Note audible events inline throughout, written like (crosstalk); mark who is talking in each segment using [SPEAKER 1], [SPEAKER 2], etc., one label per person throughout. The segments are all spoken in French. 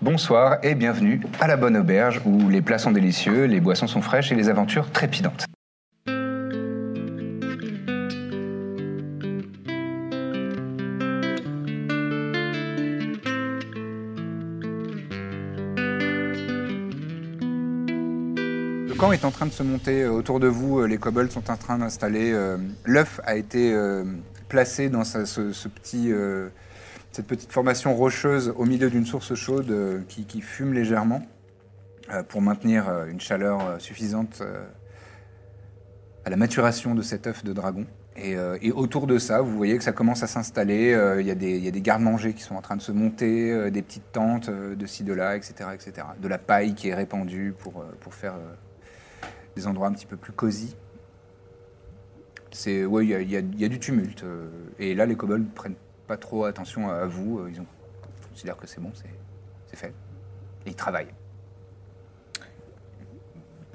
[SPEAKER 1] Bonsoir et bienvenue à la Bonne Auberge où les plats sont délicieux, les boissons sont fraîches et les aventures trépidantes. Le camp est en train de se monter euh, autour de vous, euh, les kobolds sont en train d'installer. euh, L'œuf a été euh, placé dans sa- ce, ce petit, euh, cette petite formation rocheuse au milieu d'une source chaude euh, qui, qui fume légèrement euh, pour maintenir euh, une chaleur euh, suffisante euh, à la maturation de cet œuf de dragon. Et, euh, et autour de ça, vous voyez que ça commence à s'installer. euh, Il y a des, il y a des gardes-manger qui sont en train de se monter, euh, des petites tentes euh, de ci, de là, etc., etc. De la paille qui est répandue pour, euh, pour faire euh, des endroits un petit peu plus cosy. C'est ouais, il y a- il y, a- il y a du tumulte. euh, et là, les kobolds ne prennent pas trop attention à, à vous. euh, Ils, ont, ils considèrent que c'est bon, c'est c'est fait. Et ils travaillent.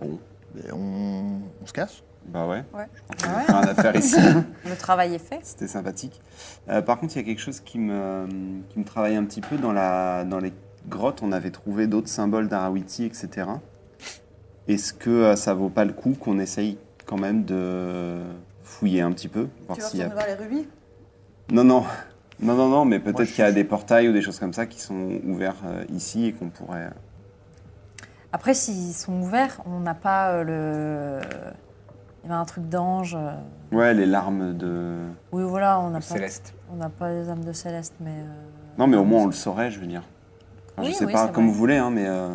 [SPEAKER 2] Bon, ben, on, on se casse.
[SPEAKER 3] Bah ouais.
[SPEAKER 4] Ouais.
[SPEAKER 3] J'ai
[SPEAKER 4] Ah ouais.
[SPEAKER 3] Rien à faire
[SPEAKER 4] (laughs)
[SPEAKER 3] ici.
[SPEAKER 4] Le travail est fait.
[SPEAKER 3] C'était sympathique. Euh, par contre, il y a quelque chose qui me, qui me travaille un petit peu. Dans, la, dans les grottes, on avait trouvé d'autres symboles d'Arawiti, etc. Est-ce que euh, ça vaut pas le coup qu'on essaye quand même de fouiller un petit peu voir
[SPEAKER 4] Tu vas
[SPEAKER 3] s'il y a-
[SPEAKER 4] retourner voir les rubis
[SPEAKER 3] Non, non. Non, non, non, mais
[SPEAKER 2] Moi,
[SPEAKER 3] peut-être
[SPEAKER 2] je-
[SPEAKER 3] qu'il y a des portails ou des choses comme ça qui sont ouverts euh, ici et qu'on pourrait... euh,
[SPEAKER 4] Après, s'ils sont ouverts, on n'a pas euh, le. Il y avait un truc d'ange. euh.
[SPEAKER 3] Ouais, les larmes de...
[SPEAKER 4] Oui, voilà, on n'a pas,
[SPEAKER 1] Céleste.
[SPEAKER 4] on n'a pas les âmes de Céleste, mais. euh,
[SPEAKER 3] Non, mais au moins on le saurait, je veux dire. Enfin,
[SPEAKER 4] Oui,
[SPEAKER 3] je sais
[SPEAKER 4] oui,
[SPEAKER 3] pas,
[SPEAKER 4] c'est
[SPEAKER 3] comme
[SPEAKER 4] vrai.
[SPEAKER 3] vous voulez, hein, mais... euh,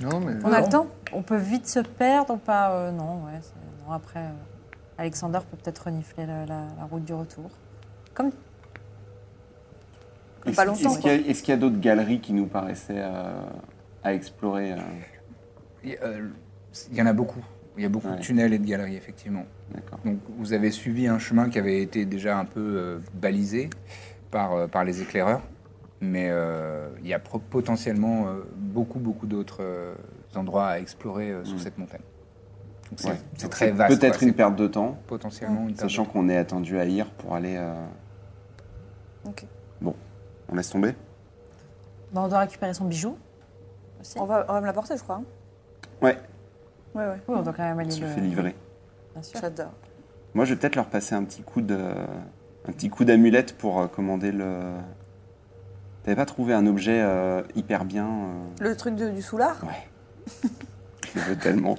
[SPEAKER 2] Non, mais.
[SPEAKER 4] On a le temps On peut vite se perdre ou pas euh, Non, ouais. c'est- non, après, euh, Alexander peut peut-être renifler la, la- la route du retour. Comme.
[SPEAKER 3] Est-ce
[SPEAKER 4] Pas longtemps,
[SPEAKER 3] est-ce qu'il y a, est-ce qu'il y a d'autres galeries qui nous paraissaient euh, à explorer euh,
[SPEAKER 1] Il y a, euh, il y en a beaucoup. Il y a beaucoup
[SPEAKER 3] Ouais.
[SPEAKER 1] de tunnels et de galeries, effectivement.
[SPEAKER 3] D'accord.
[SPEAKER 1] Donc vous avez suivi un chemin qui avait été déjà un peu euh, balisé par, euh, par les éclaireurs, mais euh, il y a pro- potentiellement euh, beaucoup, beaucoup d'autres euh, endroits à explorer euh, sur
[SPEAKER 3] Mm.
[SPEAKER 1] cette montagne. Donc c'est
[SPEAKER 3] Ouais.
[SPEAKER 1] c'est
[SPEAKER 3] Donc
[SPEAKER 1] très
[SPEAKER 3] c'est
[SPEAKER 1] vaste.
[SPEAKER 3] Peut-être
[SPEAKER 1] quoi.
[SPEAKER 3] une
[SPEAKER 1] C'est
[SPEAKER 3] perte de temps,
[SPEAKER 1] potentiellement une perte
[SPEAKER 3] sachant qu'on est attendu à lire pour aller. euh,
[SPEAKER 4] Ok.
[SPEAKER 3] Bon, on laisse tomber.
[SPEAKER 4] Bah, on doit récupérer son bijou aussi.
[SPEAKER 5] On va, on va me l'apporter, je crois. hein.
[SPEAKER 3] Ouais,
[SPEAKER 5] Ouais, ouais.
[SPEAKER 4] Oui, on doit quand même
[SPEAKER 3] on
[SPEAKER 4] aller
[SPEAKER 3] se
[SPEAKER 4] le.
[SPEAKER 3] fait livrer.
[SPEAKER 4] Bien sûr.
[SPEAKER 5] Oh, J'adore.
[SPEAKER 3] Moi, je vais peut-être leur passer un petit coup de, un petit coup d'amulette pour euh, commander le. T'avais pas trouvé un objet euh, hyper bien euh,
[SPEAKER 5] Le truc de- du soulard,
[SPEAKER 3] Ouais. (laughs) je le veux tellement.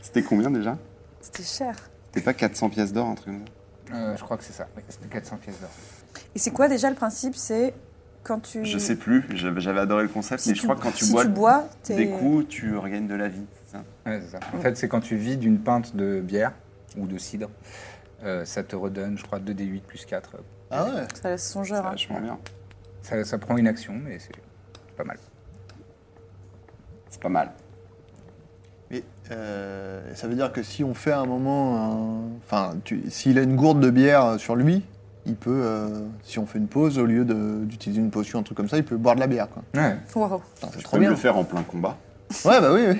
[SPEAKER 3] C'était combien déjà
[SPEAKER 5] c'était cher.
[SPEAKER 3] C'était pas 400 pièces d'or, un truc comme ça
[SPEAKER 1] Euh, je crois que c'est ça. Oui, C'était 400 pièces d'or.
[SPEAKER 5] Et c'est quoi déjà le principe C'est quand tu.
[SPEAKER 3] Je sais plus, j'avais j'avais adoré le concept,
[SPEAKER 5] Si
[SPEAKER 3] mais je crois que
[SPEAKER 5] (laughs)
[SPEAKER 3] quand tu
[SPEAKER 5] si
[SPEAKER 3] bois,
[SPEAKER 5] tu bois t'es-
[SPEAKER 3] des coups, tu regagnes de la vie. c'est ça
[SPEAKER 1] Ouais, c'est ça. En fait, c'est quand tu vides une pinte de bière ou de cidre, euh, ça te redonne, je crois, 2d8 plus 4.
[SPEAKER 2] Ah ouais
[SPEAKER 5] Ça laisse
[SPEAKER 3] C'est
[SPEAKER 5] songeur. hein.
[SPEAKER 3] vachement bien.
[SPEAKER 1] Ça, ça prend une action, mais c'est pas mal.
[SPEAKER 3] C'est pas mal.
[SPEAKER 2] Mais euh, ça veut dire que si on fait à un moment. un- Enfin, tu- s'il a une gourde de bière euh, sur lui, il peut. euh, si on fait une pause, au lieu de- d'utiliser une potion, un truc comme ça, il peut boire de la bière, quoi.
[SPEAKER 1] Ouais.
[SPEAKER 5] Waouh.
[SPEAKER 2] Putain, c'est
[SPEAKER 3] Je
[SPEAKER 2] trop
[SPEAKER 3] peux me
[SPEAKER 2] bien.
[SPEAKER 3] le faire en plein combat.
[SPEAKER 2] Ouais, bah oui, oui.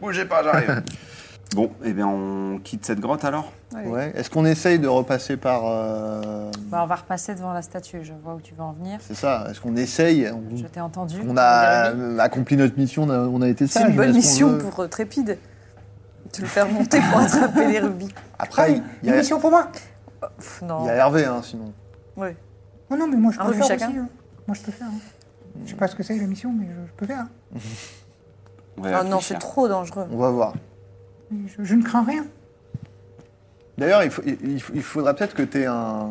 [SPEAKER 3] Bougez pas, j'arrive. bon, eh bien, on quitte cette grotte alors
[SPEAKER 5] Ouais.
[SPEAKER 2] Ouais. Est-ce qu'on essaye de repasser par. euh,
[SPEAKER 4] Bah, on va repasser devant la statue. Je vois où tu veux en venir.
[SPEAKER 2] C'est ça. Est-ce qu'on essaye on...
[SPEAKER 4] Je t'ai entendu.
[SPEAKER 2] on a accompli notre mission, on a- on a été
[SPEAKER 5] C'est
[SPEAKER 2] sages.
[SPEAKER 5] une bonne
[SPEAKER 2] mais est-ce qu'on
[SPEAKER 5] mission
[SPEAKER 2] veut-
[SPEAKER 5] pour euh, Trépide. De le faire monter (laughs) pour attraper les rubis.
[SPEAKER 2] Après, il y, a-
[SPEAKER 1] pour moi
[SPEAKER 5] Pff,
[SPEAKER 2] il
[SPEAKER 5] non.
[SPEAKER 2] y a Hervé, hein, sinon.
[SPEAKER 5] Ouais.
[SPEAKER 1] Oh Non, non, mais moi je
[SPEAKER 5] Un
[SPEAKER 1] peux
[SPEAKER 5] rubis
[SPEAKER 1] faire
[SPEAKER 5] chacun.
[SPEAKER 1] aussi, hein. Moi je peux faire. hein.
[SPEAKER 2] Hmm.
[SPEAKER 1] Je sais pas ce que c'est la mission, mais je, je peux faire. hein.
[SPEAKER 3] On va hein.
[SPEAKER 5] Ah non, c'est
[SPEAKER 3] réfléchir.
[SPEAKER 5] trop dangereux.
[SPEAKER 2] On va voir.
[SPEAKER 1] Je, je ne crains rien.
[SPEAKER 2] D'ailleurs, il, faut- il- il faut- il faudra peut-être que tu aies un,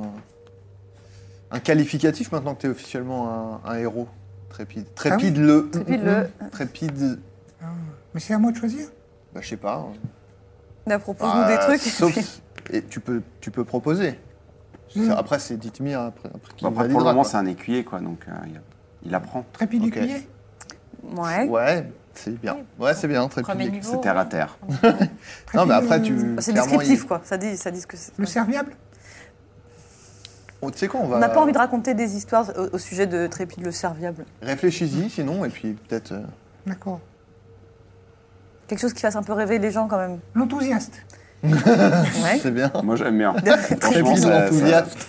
[SPEAKER 2] un qualificatif maintenant que tu es officiellement un, un héros. Trépide. Trépide le.
[SPEAKER 5] Ah Trépide le-
[SPEAKER 2] Trépide.
[SPEAKER 1] Mais c'est à moi de choisir.
[SPEAKER 2] Bah, je sais pas. hein.
[SPEAKER 5] Là, propose-nous
[SPEAKER 2] Bah,
[SPEAKER 5] (laughs) des trucs.
[SPEAKER 2] Sauf. Et tu peux, tu peux proposer.
[SPEAKER 5] Mm.
[SPEAKER 2] C'est- Après, c'est Dithmir après, après qui
[SPEAKER 3] Bon, après, Bah, pour le
[SPEAKER 2] validera,
[SPEAKER 3] moment,
[SPEAKER 2] quoi.
[SPEAKER 3] c'est un écuyer, quoi, donc euh, il- il apprend.
[SPEAKER 1] Trépied
[SPEAKER 2] Ok.
[SPEAKER 1] d'écuyer.
[SPEAKER 5] Ouais.
[SPEAKER 2] Ouais, c'est bien. Ouais, c'est bien, très
[SPEAKER 4] Premier
[SPEAKER 2] public.
[SPEAKER 4] niveau.
[SPEAKER 3] C'est terre à terre.
[SPEAKER 2] Non, mais après, tu.
[SPEAKER 5] Bah, C'est
[SPEAKER 2] clairement,
[SPEAKER 5] descriptif,
[SPEAKER 2] il-
[SPEAKER 5] quoi. Ça dit, ça dit ce que c'est.
[SPEAKER 1] Le serviable
[SPEAKER 2] Oh, Tu sais quoi, on va.
[SPEAKER 5] On n'a
[SPEAKER 3] euh,
[SPEAKER 5] pas envie de raconter des histoires au, au sujet de Trépide le Serviable.
[SPEAKER 2] Réfléchis-y, sinon, et puis peut-être. euh,
[SPEAKER 1] D'accord.
[SPEAKER 5] Quelque chose qui fasse un peu rêver les gens, quand même.
[SPEAKER 1] L'enthousiaste.
[SPEAKER 5] Ouais.
[SPEAKER 2] C'est bien.
[SPEAKER 3] Moi, j'aime bien.
[SPEAKER 2] Très
[SPEAKER 3] Franchement,
[SPEAKER 2] vite,
[SPEAKER 3] ça- ça-
[SPEAKER 2] l'enthousiaste.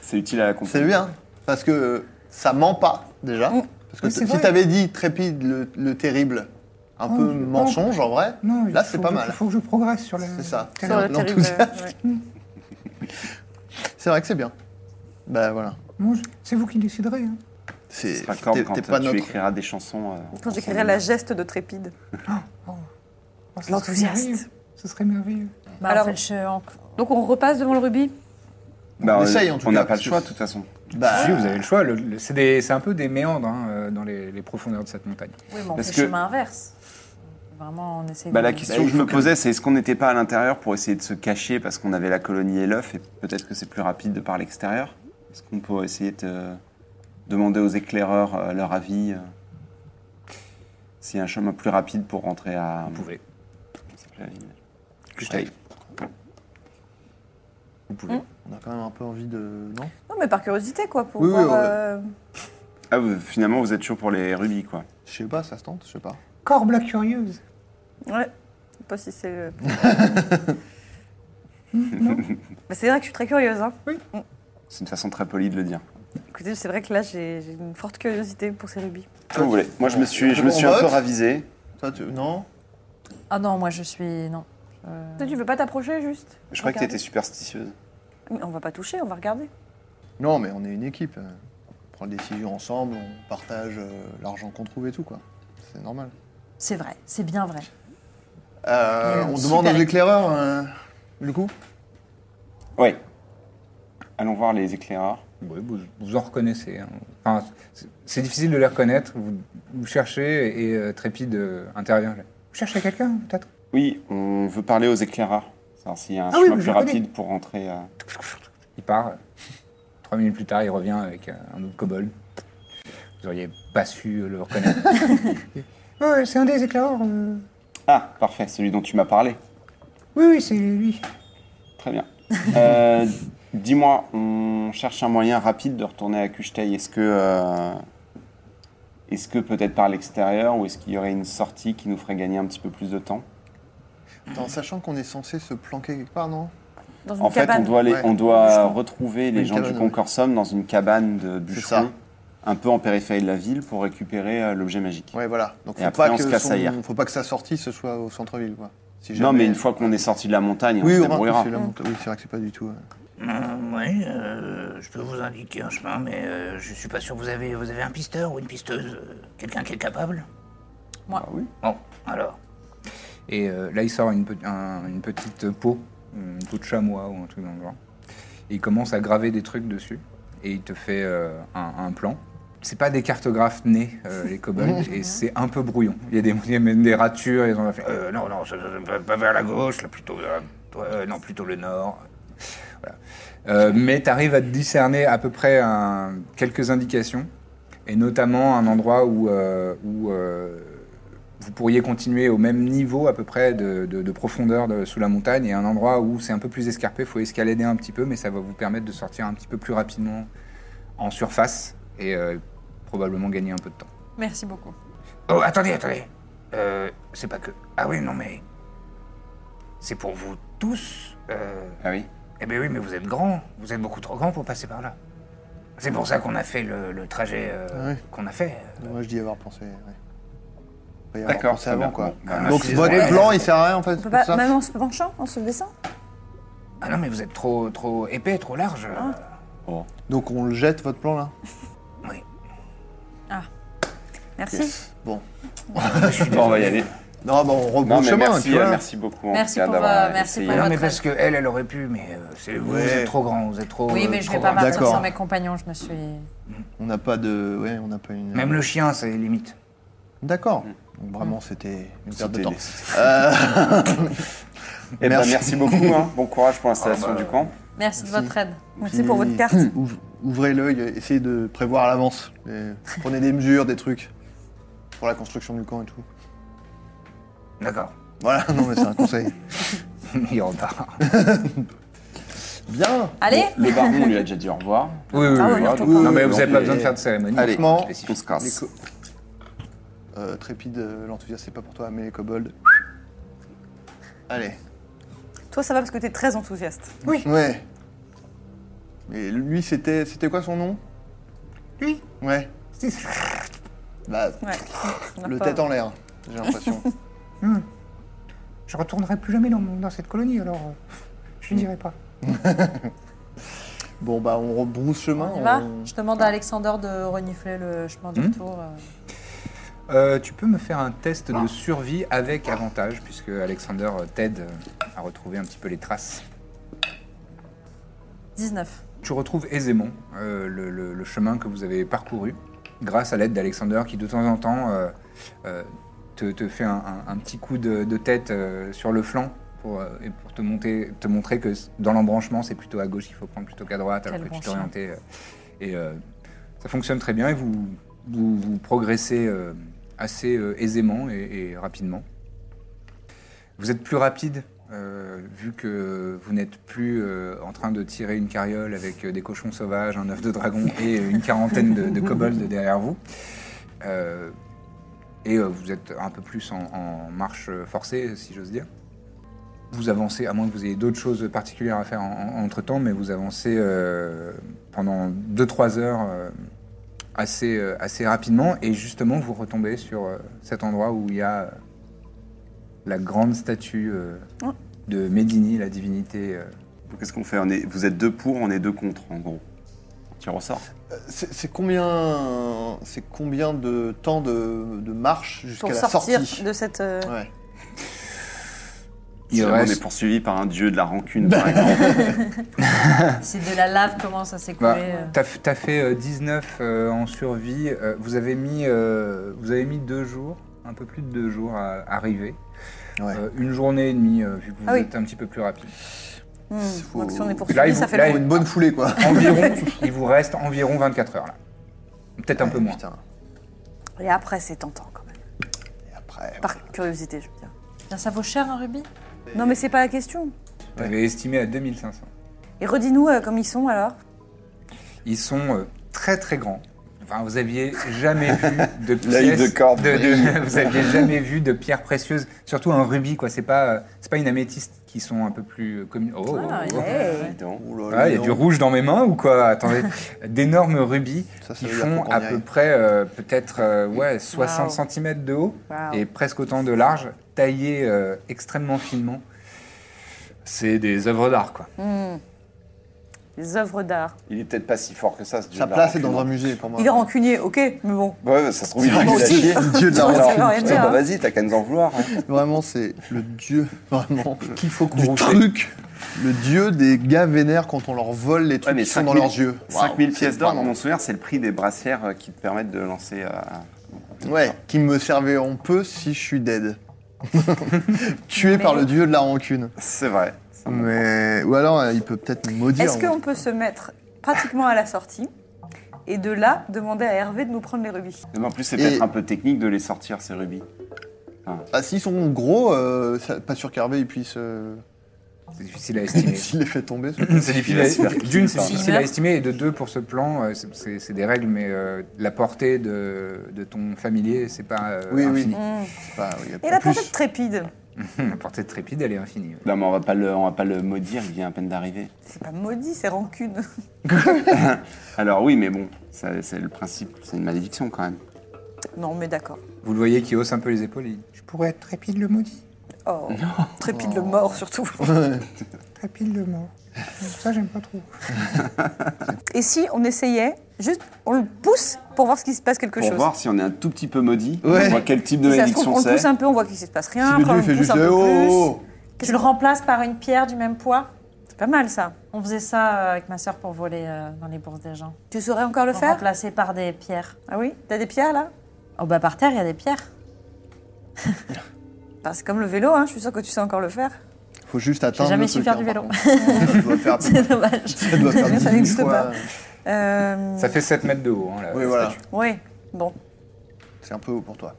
[SPEAKER 3] c'est utile à la comprendre.
[SPEAKER 2] C'est hein. bien, parce que euh, ça ment pas, déjà.
[SPEAKER 5] Mm.
[SPEAKER 2] Parce que
[SPEAKER 1] Oui,
[SPEAKER 2] t-
[SPEAKER 1] c'est
[SPEAKER 2] si
[SPEAKER 1] vrai.
[SPEAKER 2] t'avais dit trépide le, le terrible, un
[SPEAKER 1] Oh,
[SPEAKER 2] peu
[SPEAKER 1] je-
[SPEAKER 2] mensonge en vrai,
[SPEAKER 1] Non,
[SPEAKER 2] là
[SPEAKER 1] il
[SPEAKER 2] c'est
[SPEAKER 1] faut
[SPEAKER 2] pas
[SPEAKER 1] que-
[SPEAKER 2] mal.
[SPEAKER 1] Il faut que je progresse sur la.
[SPEAKER 2] C'est ça.
[SPEAKER 1] Sur
[SPEAKER 5] Sur le terrible.
[SPEAKER 2] L'enthousiaste.
[SPEAKER 5] ouais.
[SPEAKER 2] C'est vrai que c'est bien. Bah voilà.
[SPEAKER 1] Moi, je- C'est vous qui déciderez. hein.
[SPEAKER 2] C'est
[SPEAKER 3] C'est pas
[SPEAKER 2] t'es-
[SPEAKER 3] comme
[SPEAKER 2] t'es
[SPEAKER 3] quand
[SPEAKER 2] pas
[SPEAKER 3] tu
[SPEAKER 2] notre.
[SPEAKER 3] écriras des chansons. euh,
[SPEAKER 5] Quand
[SPEAKER 3] ensemble.
[SPEAKER 5] j'écrirai la geste de Trépide.
[SPEAKER 1] Oh, ce serait
[SPEAKER 5] L'enthousiaste.
[SPEAKER 1] merveilleux. Ce serait merveilleux.
[SPEAKER 4] Bah,
[SPEAKER 5] Alors-
[SPEAKER 4] en fait, je- en-
[SPEAKER 5] Donc on repasse devant le rubis
[SPEAKER 3] Bah,
[SPEAKER 2] On
[SPEAKER 3] euh,
[SPEAKER 2] essaye, en tout
[SPEAKER 3] On
[SPEAKER 2] cas,
[SPEAKER 3] n'a pas
[SPEAKER 2] parce
[SPEAKER 3] le choix,
[SPEAKER 2] que-
[SPEAKER 3] de toute façon.
[SPEAKER 2] Bah,
[SPEAKER 1] Si, vous avez le choix. le- le- c'est des- c'est un peu des méandres hein, euh, dans les, les profondeurs de cette montagne.
[SPEAKER 4] Oui, mais on
[SPEAKER 3] Parce
[SPEAKER 4] fait
[SPEAKER 3] que-
[SPEAKER 4] chemin inverse. Vraiment, on essaie
[SPEAKER 3] Bah,
[SPEAKER 4] de...
[SPEAKER 3] la question
[SPEAKER 2] Bah,
[SPEAKER 3] que je
[SPEAKER 2] il
[SPEAKER 3] me
[SPEAKER 2] faut que-
[SPEAKER 3] posais, c'est est-ce qu'on n'était pas à l'intérieur pour essayer de se cacher parce qu'on avait la colonie et l'œuf et peut-être que c'est plus rapide de par l'extérieur Est-ce qu'on peut essayer de demander aux éclaireurs euh, leur avis euh, s'il y a un chemin plus rapide pour rentrer à.
[SPEAKER 1] Vous pouvez.
[SPEAKER 3] comment ça s'appelle la ville
[SPEAKER 1] Kuchtaï. Vous pouvez.
[SPEAKER 5] Hmm.
[SPEAKER 2] on a quand même un peu envie de. Non
[SPEAKER 5] Non, mais par curiosité, quoi, pour
[SPEAKER 2] Oui, oui,
[SPEAKER 5] voir...
[SPEAKER 2] ouais.
[SPEAKER 5] euh,
[SPEAKER 3] Ah, vous- finalement, vous êtes chaud pour les rubis, quoi.
[SPEAKER 2] Je sais pas, ça se tente, je sais pas.
[SPEAKER 1] Corbe la curieuse.
[SPEAKER 5] Ouais. Je sais pas si c'est... euh, le- Bah, c'est vrai que je suis très curieuse. Hein.
[SPEAKER 3] C'est une façon très polie de le dire.
[SPEAKER 5] Écoutez, c'est vrai que là, j'ai j'ai une forte curiosité pour ces rubis.
[SPEAKER 3] Comme vous voulez. Moi, je me suis, je me
[SPEAKER 2] On
[SPEAKER 3] suis un peu
[SPEAKER 2] vote
[SPEAKER 3] ravisé.
[SPEAKER 2] Toi, tu. Non
[SPEAKER 4] Ah non, moi, je suis... Non. Euh,
[SPEAKER 5] Toi, tu veux pas t'approcher, juste
[SPEAKER 3] Je crois que tu
[SPEAKER 5] Regarder.
[SPEAKER 3] étais superstitieuse.
[SPEAKER 5] Mais On va pas toucher, on va regarder.
[SPEAKER 2] Non, mais on est une équipe. euh, On prend des décisions ensemble, on partage euh, l'argent qu'on trouve et tout, quoi. C'est normal.
[SPEAKER 4] C'est vrai, c'est bien vrai.
[SPEAKER 2] Euh,
[SPEAKER 4] Mmh,
[SPEAKER 2] on
[SPEAKER 4] super
[SPEAKER 2] demande aux
[SPEAKER 4] équipe.
[SPEAKER 2] éclaireurs, euh, du coup
[SPEAKER 3] Oui. Allons voir les éclaireurs.
[SPEAKER 1] Oui, vous, vous en reconnaissez. hein. Enfin, c'est- c'est difficile de les reconnaître. Vous, vous cherchez et euh, Trépide euh, intervient. Vous cherchez quelqu'un, peut-être
[SPEAKER 3] Oui, on veut parler aux éclaireurs. Savoir s'il y a un
[SPEAKER 1] Ah oui,
[SPEAKER 3] chemin
[SPEAKER 1] mais je
[SPEAKER 3] plus
[SPEAKER 1] connais.
[SPEAKER 3] rapide pour rentrer. euh,
[SPEAKER 1] Il part. Trois minutes plus tard, il revient avec euh, un autre kobold. Vous auriez pas su le reconnaître. (laughs) ouais, c'est un des éclaireurs. euh.
[SPEAKER 3] Ah, parfait, celui dont tu m'as parlé.
[SPEAKER 1] Oui, oui, c'est lui. (laughs)
[SPEAKER 3] Très bien. Euh, Dis-moi, on cherche un moyen rapide de retourner à Kuchtaï. Est-ce que, euh, est-ce que peut-être par l'extérieur ou est-ce qu'il y aurait une sortie qui nous ferait gagner un petit peu plus de temps
[SPEAKER 2] Attends, En sachant qu'on est censé se planquer quelque part, non
[SPEAKER 5] Dans une
[SPEAKER 3] En fait, on
[SPEAKER 5] cabane.
[SPEAKER 3] doit, les-
[SPEAKER 2] Ouais.
[SPEAKER 3] on doit retrouver les
[SPEAKER 2] Une
[SPEAKER 3] gens du
[SPEAKER 2] cabane, ouais.
[SPEAKER 3] Concorsum dans une cabane de
[SPEAKER 2] ça.
[SPEAKER 3] bûcherons, un peu en périphérie de la ville, pour récupérer euh, l'objet magique.
[SPEAKER 2] Ouais, voilà. Donc
[SPEAKER 3] Et
[SPEAKER 2] faut
[SPEAKER 3] après,
[SPEAKER 2] pas,
[SPEAKER 3] on
[SPEAKER 2] que
[SPEAKER 3] se casse
[SPEAKER 2] son-
[SPEAKER 3] ailleurs.
[SPEAKER 2] faut pas que sa sortie ce soit au centre-ville, quoi. Si
[SPEAKER 3] Non,
[SPEAKER 2] jamais-
[SPEAKER 3] mais une fois qu'on est sorti de la montagne,
[SPEAKER 2] Oui,
[SPEAKER 3] on
[SPEAKER 2] au
[SPEAKER 3] se
[SPEAKER 2] revoir,
[SPEAKER 3] débrouillera.
[SPEAKER 5] Mmh.
[SPEAKER 2] c'est la monta- oui, c'est vrai que c'est pas du tout. euh,
[SPEAKER 6] Euh, oui, euh, je peux vous indiquer un chemin, mais euh, je suis pas sûr. Vous avez, vous avez un pisteur ou une pisteuse euh, Quelqu'un qui est capable
[SPEAKER 4] Moi.
[SPEAKER 3] Ah oui.
[SPEAKER 6] Bon, alors.
[SPEAKER 1] Et euh, là, il sort une, pe- un- une petite peau, une peau de chamois ou un truc dans le genre. Et il commence à graver des trucs dessus. Et il te fait euh, un, un plan. C'est pas des cartographes nés, euh, les kobolds, et c'est un peu brouillon. Il y a des, il y a même des ratures, ils ont fait. euh,
[SPEAKER 6] Euh, non, non, ça- ça- pas, pas vers la gauche, là, plutôt. euh, euh, non, plutôt le nord.
[SPEAKER 1] Euh, mais tu arrives à discerner à peu près un- quelques indications, et notamment un endroit où, euh, où, euh, vous pourriez continuer au même niveau à peu près de, de- de profondeur de- sous la montagne, et un endroit où c'est un peu plus escarpé, il faut escalader un petit peu, mais ça va vous permettre de sortir un petit peu plus rapidement en surface, et euh, probablement gagner un peu de temps.
[SPEAKER 4] Merci beaucoup.
[SPEAKER 6] Oh, attendez, attendez. Euh, c'est pas que. Ah oui, non, mais. C'est pour vous tous. Euh,
[SPEAKER 3] Ah oui.
[SPEAKER 6] eh bien oui, mais vous êtes grand. Vous êtes beaucoup trop grand pour passer par là. C'est pour ça qu'on a fait le, le trajet euh,
[SPEAKER 2] Ah ouais.
[SPEAKER 6] qu'on a fait.
[SPEAKER 2] Moi, je dis y avoir pensé. ouais. Faut y avoir
[SPEAKER 3] D'accord,
[SPEAKER 2] pensé
[SPEAKER 3] très
[SPEAKER 2] avant,
[SPEAKER 3] bien.
[SPEAKER 2] quoi.
[SPEAKER 3] Bon, bah,
[SPEAKER 6] Ah,
[SPEAKER 2] Donc,
[SPEAKER 6] je suis
[SPEAKER 2] votre
[SPEAKER 6] désolé.
[SPEAKER 2] plan, il sert à rien, en fait.
[SPEAKER 5] Ah On peut
[SPEAKER 2] c'est
[SPEAKER 5] pas,
[SPEAKER 2] ça
[SPEAKER 5] même en se penchant, en se baissant
[SPEAKER 6] Ah non, mais vous êtes trop, trop épais, trop large.
[SPEAKER 4] Ah.
[SPEAKER 2] Donc, on le jette, votre plan, là
[SPEAKER 6] Oui.
[SPEAKER 5] Merci.
[SPEAKER 2] Bon.
[SPEAKER 3] Bon, on va y aller.
[SPEAKER 2] Non, bah, on rebond
[SPEAKER 3] Non,
[SPEAKER 2] le
[SPEAKER 3] mais
[SPEAKER 2] chemin,
[SPEAKER 3] merci,
[SPEAKER 2] tu vois.
[SPEAKER 3] merci beaucoup. en
[SPEAKER 4] Merci
[SPEAKER 3] tout cas,
[SPEAKER 4] pour,
[SPEAKER 3] d'avoir
[SPEAKER 4] euh, merci
[SPEAKER 3] essayé.
[SPEAKER 4] pour
[SPEAKER 6] Mais Ah non, mais
[SPEAKER 4] votre
[SPEAKER 6] parce que elle, elle aurait pu, mais euh, c'est vous,
[SPEAKER 2] Ouais.
[SPEAKER 6] vous êtes trop grand, vous êtes trop.
[SPEAKER 4] Oui,
[SPEAKER 6] euh,
[SPEAKER 4] mais je
[SPEAKER 6] trop
[SPEAKER 4] vais pas
[SPEAKER 6] grand.
[SPEAKER 4] partir
[SPEAKER 2] D'accord.
[SPEAKER 4] sans mes compagnons, je me suis...
[SPEAKER 2] On n'a pas de. Ouais, on n'a pas une.
[SPEAKER 6] Même le chien, c'est limite.
[SPEAKER 2] D'accord. Donc,
[SPEAKER 5] Mmh.
[SPEAKER 2] vraiment, c'était une perte de
[SPEAKER 3] Mmh. C'était les-
[SPEAKER 2] temps. Euh,
[SPEAKER 3] Eh ben, (laughs)
[SPEAKER 2] Merci.
[SPEAKER 3] merci Eh ben, beaucoup. hein. Bon courage pour l'installation
[SPEAKER 6] Ah bah,
[SPEAKER 3] du camp.
[SPEAKER 4] Merci de
[SPEAKER 2] Merci.
[SPEAKER 4] votre aide.
[SPEAKER 5] Merci
[SPEAKER 2] Puis,
[SPEAKER 5] pour votre carte.
[SPEAKER 2] ouv- ouvrez l'œil, euh, essayez de prévoir à l'avance. les- Prenez des mesures, des trucs. Pour la construction du camp et tout.
[SPEAKER 6] D'accord. (laughs)
[SPEAKER 2] Voilà, non mais c'est un conseil.
[SPEAKER 1] Il repart.
[SPEAKER 2] (laughs) Bien
[SPEAKER 4] Allez
[SPEAKER 3] Le baron, on lui a déjà dit au revoir.
[SPEAKER 1] Oui, oui,
[SPEAKER 5] Ah
[SPEAKER 1] oui.
[SPEAKER 5] oui, on retourne.
[SPEAKER 1] non, mais vous
[SPEAKER 3] Oui,
[SPEAKER 1] n'avez
[SPEAKER 3] oui,
[SPEAKER 1] pas
[SPEAKER 3] oui.
[SPEAKER 1] besoin de faire de cérémonie.
[SPEAKER 3] Allez,
[SPEAKER 2] Franchement,
[SPEAKER 3] on se
[SPEAKER 2] les
[SPEAKER 3] casse.
[SPEAKER 2] co- Euh, Trépide, euh, l'enthousiasme c'est pas pour toi, mais les kobolds. Allez.
[SPEAKER 5] Toi, ça va parce que t'es très enthousiaste.
[SPEAKER 2] Oui. Ouais. Mais lui, c'était c'était quoi son nom
[SPEAKER 1] Lui
[SPEAKER 2] Ouais.
[SPEAKER 1] Si.
[SPEAKER 2] Bah,
[SPEAKER 5] Ouais. On n'a
[SPEAKER 2] le
[SPEAKER 5] pas-
[SPEAKER 2] tête en l'air, j'ai l'impression.
[SPEAKER 1] Je retournerai plus jamais dans, mon- dans cette colonie, alors euh, (laughs) je ne dirai pas.
[SPEAKER 2] bon, bah, on rebrousse chemin.
[SPEAKER 4] On y va
[SPEAKER 2] on-
[SPEAKER 4] Je demande à Alexander de renifler le chemin du
[SPEAKER 1] Hmm.
[SPEAKER 4] retour. euh.
[SPEAKER 1] Euh, tu peux me faire un test de survie avec avantage, puisque Alexander euh, t'aide euh, à retrouver un petit peu les traces.
[SPEAKER 4] 19.
[SPEAKER 1] Tu retrouves aisément euh, le, le- le chemin que vous avez parcouru, grâce à l'aide d'Alexander qui de temps en temps euh, euh, te, te fait un, un- un petit coup de, de tête euh, sur le flanc pour, euh, et pour te, monter, te montrer que c- dans l'embranchement c'est plutôt à gauche qu'il faut prendre plutôt qu'à droite, alors
[SPEAKER 4] Quel
[SPEAKER 1] que
[SPEAKER 4] bon
[SPEAKER 1] tu t'es orienté. euh, et euh, ça fonctionne très bien et vous, vous, vous progressez euh, assez euh, aisément et- et rapidement. Vous êtes plus rapide, euh, vu que vous n'êtes plus euh, en train de tirer une carriole avec euh, des cochons sauvages, un œuf de dragon et euh, une quarantaine de, de kobolds derrière vous. Euh, et euh, vous êtes un peu plus en, en marche forcée, si j'ose dire. Vous avancez, à moins que vous ayez d'autres choses particulières à faire entre temps, mais vous avancez euh, pendant 2-3 heures euh, assez, euh, assez rapidement, et justement vous retombez sur euh, cet endroit où il y a euh, la grande statue euh,
[SPEAKER 5] Ouais.
[SPEAKER 1] de Médini, la divinité. euh.
[SPEAKER 3] Donc, Qu'est-ce qu'on fait on est... Vous êtes deux pour, on est deux contre, en gros. Tu ressors
[SPEAKER 2] Euh, C'est c'est combien, c'est combien de temps de, de marche jusqu'à
[SPEAKER 5] Pour
[SPEAKER 2] la
[SPEAKER 5] sortir
[SPEAKER 2] sortie
[SPEAKER 5] de cette. euh,
[SPEAKER 2] Ouais.
[SPEAKER 3] Si
[SPEAKER 1] Il
[SPEAKER 3] jamais On
[SPEAKER 1] reste
[SPEAKER 3] est poursuivi par un dieu de la rancune,
[SPEAKER 2] Bah,
[SPEAKER 3] par exemple.
[SPEAKER 4] Si de la lave commence à s'écouler.
[SPEAKER 1] Bah,
[SPEAKER 4] euh,
[SPEAKER 1] T'as f- t'as fait euh, 19 euh, en survie. euh, vous, avez mis, euh, vous avez mis deux jours, un peu plus de deux jours à arriver.
[SPEAKER 2] Ouais.
[SPEAKER 1] Euh, une journée et demie, euh, vu que vous
[SPEAKER 5] Ah oui.
[SPEAKER 1] êtes un petit peu plus rapide.
[SPEAKER 5] hmm,
[SPEAKER 2] Faut-
[SPEAKER 5] Donc si on est
[SPEAKER 1] Là,
[SPEAKER 5] poursuivi,
[SPEAKER 1] il
[SPEAKER 5] ça
[SPEAKER 1] faut-
[SPEAKER 5] fait
[SPEAKER 1] là,
[SPEAKER 5] le
[SPEAKER 1] il-
[SPEAKER 5] long.
[SPEAKER 2] Une bonne foulée, quoi.
[SPEAKER 1] Environ, il vous reste environ 24 heures là. Peut-être un peu
[SPEAKER 2] Ouais,
[SPEAKER 1] moins.
[SPEAKER 2] (laughs) Ah, putain.
[SPEAKER 5] Et après, c'est tentant quand même.
[SPEAKER 2] Et après,
[SPEAKER 5] Par curiosité, je veux dire.
[SPEAKER 4] bien, ça vaut cher un rubis
[SPEAKER 5] Non, mais c'est pas la question.
[SPEAKER 1] T'avais estimé à 2500.
[SPEAKER 5] Et redis-nous euh, comme ils sont alors.
[SPEAKER 1] Ils sont euh, très très grands. Enfin, vous aviez jamais
[SPEAKER 2] (laughs)
[SPEAKER 1] vu de
[SPEAKER 3] L'œil
[SPEAKER 1] pièces-
[SPEAKER 3] de corbe
[SPEAKER 1] de- de- (laughs) vous aviez jamais vu de pierres précieuses, surtout un rubis quoi. C'est pas euh, c'est pas une améthyste qui sont un peu plus euh, communes. Oh,
[SPEAKER 4] (laughs) Ah,
[SPEAKER 1] oh, oh.
[SPEAKER 4] ouais.
[SPEAKER 2] Oh là là,
[SPEAKER 1] Ah, il y a
[SPEAKER 2] non.
[SPEAKER 1] du rouge dans mes mains ou quoi Attendez, d'énormes rubis
[SPEAKER 2] Ça, ça
[SPEAKER 1] qui
[SPEAKER 2] veut dire
[SPEAKER 1] font
[SPEAKER 2] qu'on
[SPEAKER 1] à
[SPEAKER 2] y
[SPEAKER 1] peu
[SPEAKER 2] arrive.
[SPEAKER 1] près euh, peut-être euh, ouais, 60
[SPEAKER 5] Wow.
[SPEAKER 1] cm de haut
[SPEAKER 5] Wow.
[SPEAKER 1] et presque autant de large, taillés euh, extrêmement finement. C'est des œuvres d'art quoi.
[SPEAKER 5] Hmm. Des œuvres d'art.
[SPEAKER 3] Il est peut-être pas si fort que ça, ce dieu
[SPEAKER 2] Sa
[SPEAKER 3] de la
[SPEAKER 2] place est
[SPEAKER 3] rancune.
[SPEAKER 2] dans un musée pour moi.
[SPEAKER 5] Il est rancunier, ok, mais bon.
[SPEAKER 3] Ouais, ouais, ça se trouve, il est
[SPEAKER 2] vraiment
[SPEAKER 3] nul à
[SPEAKER 2] aussi
[SPEAKER 3] chier.
[SPEAKER 2] un dieu de la
[SPEAKER 3] Alors,
[SPEAKER 5] rancune. Ça va rien dire,
[SPEAKER 3] bah,
[SPEAKER 5] hein.
[SPEAKER 3] Vas-y, t'as qu'à nous en vouloir. hein.
[SPEAKER 2] Vraiment, c'est le dieu, (laughs) vraiment,
[SPEAKER 1] Qu'il faut
[SPEAKER 2] du
[SPEAKER 1] courroucer.
[SPEAKER 2] truc. Le dieu des gars vénères quand on leur vole les trucs
[SPEAKER 3] mais
[SPEAKER 2] qui sont dans
[SPEAKER 3] 5000
[SPEAKER 2] leurs yeux.
[SPEAKER 3] 5000
[SPEAKER 2] Waouh, c'est
[SPEAKER 3] pièces d'or, dans
[SPEAKER 2] vraiment-
[SPEAKER 3] mon souvenir, c'est le prix des brassières euh, qui te permettent de lancer. euh,
[SPEAKER 2] Ouais, qui me serviront peu si je suis dead. Tué par le dieu de la rancune.
[SPEAKER 3] C'est vrai. C'est un bon point.
[SPEAKER 2] Mais... Ou alors, euh, il peut peut-être me maudire.
[SPEAKER 5] Est-ce qu'on peut se mettre pratiquement à la sortie et de là demander à Hervé de nous prendre les rubis
[SPEAKER 3] Mais en plus, c'est
[SPEAKER 2] Et-
[SPEAKER 3] peut-être un peu technique de les sortir, ces rubis.
[SPEAKER 2] Ah, s'ils sont gros, euh, ça- pas sûr qu'Hervé il puisse... euh,
[SPEAKER 1] C'est difficile à estimer.
[SPEAKER 2] S'il les fait tomber, ça-
[SPEAKER 1] C'est difficile.
[SPEAKER 3] Il va
[SPEAKER 1] à-
[SPEAKER 3] se faire kiffer
[SPEAKER 1] D'une, c'est
[SPEAKER 3] par
[SPEAKER 1] difficile
[SPEAKER 4] là.
[SPEAKER 1] à estimer, et de deux, pour ce plan, euh, c'est- c'est c'est des règles, mais euh, la portée de, de ton familier, c'est pas euh,
[SPEAKER 2] Oui, oui.
[SPEAKER 1] infini.
[SPEAKER 2] c'est pas... Ah, Bah, oui,
[SPEAKER 5] Mm. Et
[SPEAKER 2] en
[SPEAKER 5] la
[SPEAKER 2] plus,
[SPEAKER 5] planète trépide
[SPEAKER 1] la portée de Trépide, elle est infinie. ouais.
[SPEAKER 3] Non, mais on va pas le, on va pas le maudire, il vient à peine d'arriver.
[SPEAKER 5] C'est pas maudit, c'est rancune.
[SPEAKER 3] Alors oui, mais bon, ça- c'est le principe, c'est une malédiction quand même.
[SPEAKER 5] Non, mais d'accord.
[SPEAKER 1] Vous le voyez qui hausse un peu les épaules, il dit, Je pourrais être Trépide le maudit,
[SPEAKER 5] Oh, trépide le mort surtout.
[SPEAKER 1] Trépide le mort. Ça, j'aime pas
[SPEAKER 2] (laughs)
[SPEAKER 1] trop.
[SPEAKER 5] Et si on essayait, juste, on le pousse pour voir ce qui se passe quelque
[SPEAKER 3] Pour
[SPEAKER 5] chose
[SPEAKER 3] voir si on est un tout petit peu maudit,
[SPEAKER 2] Ouais.
[SPEAKER 3] on voit quel type de
[SPEAKER 5] Si ça se trouve,
[SPEAKER 3] malédiction
[SPEAKER 5] on le
[SPEAKER 3] c'est.
[SPEAKER 5] pousse un peu, on voit qu'il ne se passe rien.
[SPEAKER 2] Si le
[SPEAKER 5] après, on
[SPEAKER 2] dieu
[SPEAKER 5] le
[SPEAKER 2] fait
[SPEAKER 5] hein, pousse
[SPEAKER 2] juste...
[SPEAKER 5] un peu
[SPEAKER 2] eh,
[SPEAKER 5] plus.
[SPEAKER 2] oh, oh,
[SPEAKER 4] Tu le remplaces par une pierre du même poids
[SPEAKER 5] C'est pas mal ça.
[SPEAKER 4] On faisait ça euh, avec ma sœur pour voler euh, dans les bourses des gens.
[SPEAKER 5] Tu saurais encore le
[SPEAKER 4] On
[SPEAKER 5] faire
[SPEAKER 4] remplaçait par des pierres.
[SPEAKER 5] Ah oui T'as des pierres là
[SPEAKER 4] Oh bah par terre, il y a des pierres. (laughs)
[SPEAKER 5] Enfin, C'est comme le vélo, hein, je suis sûre que tu sais encore le faire.
[SPEAKER 2] oh. faut juste atteindre.
[SPEAKER 4] jamais
[SPEAKER 2] le
[SPEAKER 4] su
[SPEAKER 2] truc,
[SPEAKER 4] faire
[SPEAKER 2] hein,
[SPEAKER 4] du vélo.
[SPEAKER 2] par contre. Ça doit faire,
[SPEAKER 4] (laughs) C'est dommage.
[SPEAKER 2] ça doit faire
[SPEAKER 5] Ça
[SPEAKER 2] 18
[SPEAKER 5] n'existe
[SPEAKER 2] fois.
[SPEAKER 5] pas. Euh,
[SPEAKER 1] Ça fait 7 mètres de haut. hein, la
[SPEAKER 2] Oui,
[SPEAKER 1] la
[SPEAKER 2] voilà.
[SPEAKER 1] statue.
[SPEAKER 5] Oui, bon.
[SPEAKER 2] C'est un peu haut pour toi.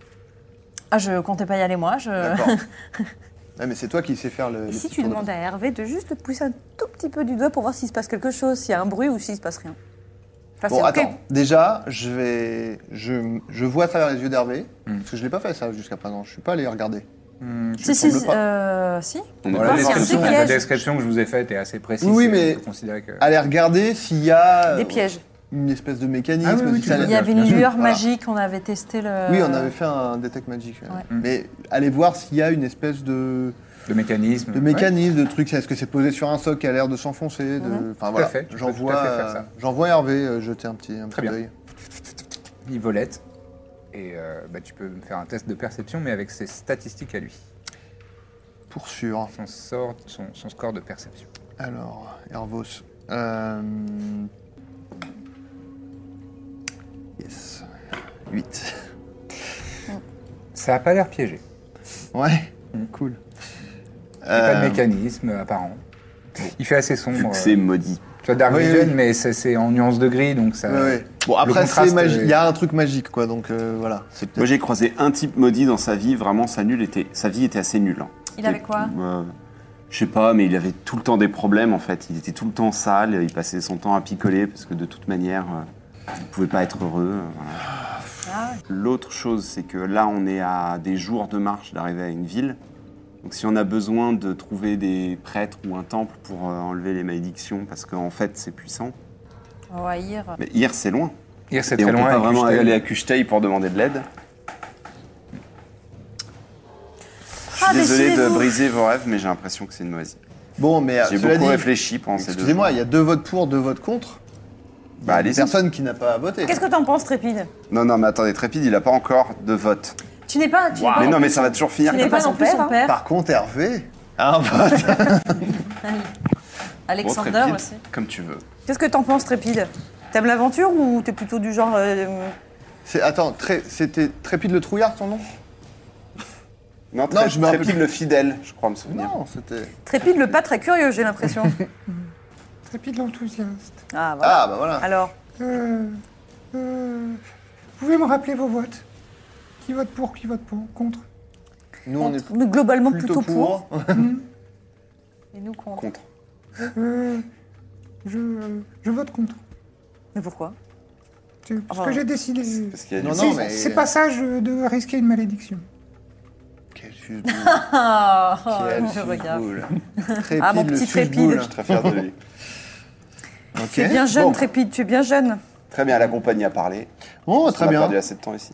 [SPEAKER 4] Ah, je comptais pas y aller moi. Je... (laughs)
[SPEAKER 2] D'accord. Ah, mais c'est toi qui sais faire le.
[SPEAKER 5] Et
[SPEAKER 2] le
[SPEAKER 5] si
[SPEAKER 2] petit
[SPEAKER 5] tu
[SPEAKER 2] tour de-
[SPEAKER 5] demandes à Hervé de juste le pousser un tout petit peu du doigt pour voir s'il se passe quelque chose, s'il y a un bruit ou s'il se passe rien. Enfin,
[SPEAKER 2] Bon,
[SPEAKER 5] c'est
[SPEAKER 4] Ah,
[SPEAKER 5] ok.
[SPEAKER 2] attends. Déjà, je vais, je, je vois à travers les yeux d'Hervé,
[SPEAKER 1] Hmm.
[SPEAKER 2] parce que je l'ai pas fait ça jusqu'à présent. Je suis pas allé regarder.
[SPEAKER 1] Hmm, je-
[SPEAKER 4] Si, si,
[SPEAKER 2] semble pas.
[SPEAKER 4] euh, si.
[SPEAKER 3] On est
[SPEAKER 1] Voilà,
[SPEAKER 3] pas
[SPEAKER 4] c'est un
[SPEAKER 3] forcément-
[SPEAKER 4] petit
[SPEAKER 1] description- la
[SPEAKER 4] piège.
[SPEAKER 1] description que je vous ai faite est assez précise.
[SPEAKER 2] Oui,
[SPEAKER 1] et on
[SPEAKER 2] mais-
[SPEAKER 1] peut considérer que-
[SPEAKER 2] Allez regarder s'il y a
[SPEAKER 5] Des
[SPEAKER 2] euh,
[SPEAKER 5] pièges.
[SPEAKER 2] une espèce de mécanisme.
[SPEAKER 1] Ah oui, oui,
[SPEAKER 2] si
[SPEAKER 1] tu
[SPEAKER 2] ça-
[SPEAKER 1] peux
[SPEAKER 4] Il y avait
[SPEAKER 1] bien
[SPEAKER 4] une
[SPEAKER 1] sûr.
[SPEAKER 4] lueur
[SPEAKER 2] Voilà.
[SPEAKER 4] magique, on avait testé le.
[SPEAKER 2] Oui, on avait fait un détect magique.
[SPEAKER 4] Ouais.
[SPEAKER 2] Mais allez voir s'il y a une espèce de,
[SPEAKER 1] de mécanisme.
[SPEAKER 2] de mécanisme, de truc. Est-ce que c'est posé sur un socle qui a l'air de s'enfoncer de... Enfin voilà.
[SPEAKER 1] fait, tu peux
[SPEAKER 2] J'en
[SPEAKER 1] Mhm. tout à
[SPEAKER 2] vois,
[SPEAKER 1] fait faire ça.
[SPEAKER 2] euh, j'en vois Hervé euh, jeter un petit, un
[SPEAKER 1] Très
[SPEAKER 2] petit
[SPEAKER 1] bien.
[SPEAKER 2] œil.
[SPEAKER 1] Ouais. Il volette. Et euh, bah, tu peux me faire un test de perception, mais avec ses statistiques à lui.
[SPEAKER 2] Pour sûr.
[SPEAKER 1] Son, sort, son, son score de perception.
[SPEAKER 2] Alors, Hervos. euh, Yes. 8.
[SPEAKER 1] Ça a pas l'air piégé.
[SPEAKER 2] (laughs) Ouais.
[SPEAKER 1] Mm.
[SPEAKER 2] Cool.
[SPEAKER 1] Il y a Pas de
[SPEAKER 2] Euh,
[SPEAKER 1] mécanisme apparent. Il fait assez sombre.
[SPEAKER 3] Vu que
[SPEAKER 1] euh,
[SPEAKER 3] c'est maudit.
[SPEAKER 1] Tu vois, Dark
[SPEAKER 2] Oui,
[SPEAKER 1] Vision,
[SPEAKER 2] oui.
[SPEAKER 1] mais c'est- c'est en nuance de gris, donc ça.
[SPEAKER 2] ouais, ouais. Bon,
[SPEAKER 1] le
[SPEAKER 2] après, c'est
[SPEAKER 1] contraste,
[SPEAKER 2] magique.
[SPEAKER 1] euh,
[SPEAKER 2] Il y a un truc magique, quoi. Donc, euh, voilà. C'est
[SPEAKER 3] Moi,
[SPEAKER 2] peut-être.
[SPEAKER 3] j'ai croisé un type maudit dans sa vie. Vraiment, sa, nulle était... sa vie était assez nulle. hein.
[SPEAKER 4] Il avait quoi
[SPEAKER 3] Euh, Je sais pas, mais il avait tout le temps des problèmes en fait. Il était tout le temps sale, il passait son temps à picoler parce que de toute manière, euh, il pouvait pas être heureux. euh, voilà.
[SPEAKER 4] Ah,
[SPEAKER 3] L'autre chose, c'est que là, on est à des jours de marche d'arriver à une ville. Donc si on a besoin de trouver des prêtres ou un temple pour euh, enlever les malédictions, parce qu'en fait, c'est puissant.
[SPEAKER 4] on va y ir.
[SPEAKER 3] Mais hier, c'est loin.
[SPEAKER 1] Hier, c'est
[SPEAKER 3] Et
[SPEAKER 1] très
[SPEAKER 3] on
[SPEAKER 1] loin.
[SPEAKER 3] peut pas
[SPEAKER 1] et
[SPEAKER 3] vraiment
[SPEAKER 1] Kushtel-
[SPEAKER 3] aller à Kuchtei pour demander de l'aide. Je
[SPEAKER 4] Ah,
[SPEAKER 3] suis désolé de
[SPEAKER 4] décidez-vous.
[SPEAKER 3] briser vos rêves, mais j'ai l'impression que c'est une mauvaise.
[SPEAKER 2] Bon, mais. euh,
[SPEAKER 3] J'ai
[SPEAKER 2] cela
[SPEAKER 3] beaucoup
[SPEAKER 2] dit,
[SPEAKER 3] réfléchi pendant ces deux
[SPEAKER 2] Excusez-moi,
[SPEAKER 3] jours.
[SPEAKER 2] il y a deux votes pour, deux votes contre. Il y a
[SPEAKER 3] Bah,
[SPEAKER 2] une
[SPEAKER 3] allez-y.
[SPEAKER 2] personne qui n'a pas voté.
[SPEAKER 5] Qu'est-ce que t'en penses, Trépide
[SPEAKER 3] Non, non, mais attendez, Trépide, il n'a pas encore de vote.
[SPEAKER 4] Tu n'es pas. Tu n'es pas
[SPEAKER 3] Mais
[SPEAKER 4] non,
[SPEAKER 3] non, mais ça va toujours finir.
[SPEAKER 4] tu n'es
[SPEAKER 3] comme
[SPEAKER 4] pas
[SPEAKER 3] ça.
[SPEAKER 4] non plus son
[SPEAKER 5] hein.
[SPEAKER 4] père.
[SPEAKER 2] Par contre, Hervé a un vote.
[SPEAKER 3] Bon,
[SPEAKER 4] Alexander
[SPEAKER 3] Trépide,
[SPEAKER 4] aussi.
[SPEAKER 3] Comme tu veux.
[SPEAKER 5] Qu'est-ce que t'en penses, Trépide T'aimes l'aventure ou t'es plutôt du genre. euh,
[SPEAKER 2] C'est- Attends, Tré- c'était Trépide le Trouillard, ton nom
[SPEAKER 3] Non,
[SPEAKER 2] Tré-
[SPEAKER 3] je me rappelle-
[SPEAKER 2] Trépide
[SPEAKER 3] le fidèle, je crois me souvenir.
[SPEAKER 2] Non, c'était.
[SPEAKER 5] Trépide, le pas très curieux, j'ai
[SPEAKER 2] (laughs)
[SPEAKER 5] l'impression.
[SPEAKER 1] Trépide l'enthousiaste.
[SPEAKER 5] Ah, voilà.
[SPEAKER 2] Ah, bah voilà.
[SPEAKER 5] Alors,
[SPEAKER 1] Euh, euh, vous pouvez me rappeler vos votes Qui vote pour, qui vote pour, contre
[SPEAKER 2] Nous, on est
[SPEAKER 5] mais globalement
[SPEAKER 2] plutôt pour.
[SPEAKER 5] Et nous contre.
[SPEAKER 3] Contre.
[SPEAKER 1] Euh, je, je vote contre.
[SPEAKER 5] Mais pourquoi
[SPEAKER 1] C'est parce
[SPEAKER 5] Enfin,
[SPEAKER 1] que j'ai décidé.
[SPEAKER 3] Parce qu'il y a
[SPEAKER 2] Non,
[SPEAKER 3] du-
[SPEAKER 2] non,
[SPEAKER 1] C'est-
[SPEAKER 2] mais.
[SPEAKER 1] C'est pas sage de risquer une malédiction.
[SPEAKER 2] (laughs) Quel suce boule.
[SPEAKER 5] (laughs)
[SPEAKER 4] Ah,
[SPEAKER 2] Quel
[SPEAKER 4] je
[SPEAKER 2] suce
[SPEAKER 4] regarde.
[SPEAKER 2] boule. Trépide,
[SPEAKER 5] Ah, mon
[SPEAKER 2] le
[SPEAKER 5] petit
[SPEAKER 2] suce
[SPEAKER 5] Trépide.
[SPEAKER 2] boule.
[SPEAKER 3] Je serais fier de lui.
[SPEAKER 2] Ok.
[SPEAKER 5] Tu es bien jeune,
[SPEAKER 2] Bon.
[SPEAKER 5] Trépide, tu es bien jeune.
[SPEAKER 3] Très bien, la compagnie a parlé.
[SPEAKER 2] Oh, très
[SPEAKER 3] on a
[SPEAKER 2] bien.
[SPEAKER 3] perdu assez de temps ici.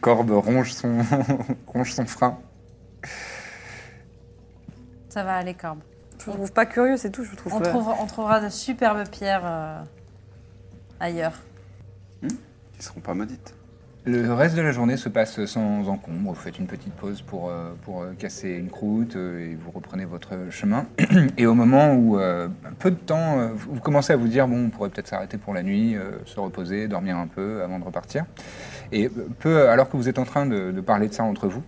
[SPEAKER 1] Corbe ronge son (laughs) ronge son frein.
[SPEAKER 4] Ça va aller, Corbe.
[SPEAKER 5] Je vous trouve pas curieux, c'est tout, je vous trouve.
[SPEAKER 4] On,
[SPEAKER 5] pas-
[SPEAKER 4] trouve- on trouvera de superbes pierres euh, ailleurs.
[SPEAKER 3] Ils seront pas maudites.
[SPEAKER 1] Le reste de la journée se passe sans encombre. Vous faites une petite pause pour, euh, pour euh, casser une croûte euh, et vous reprenez votre chemin. (clears throat) Et au moment où, euh, un peu de temps, euh, vous vous commencez à vous dire bon, on pourrait peut-être s'arrêter pour la nuit, euh, se reposer, dormir un peu avant de repartir. Et peu, alors que vous êtes en train de, de parler de ça entre vous,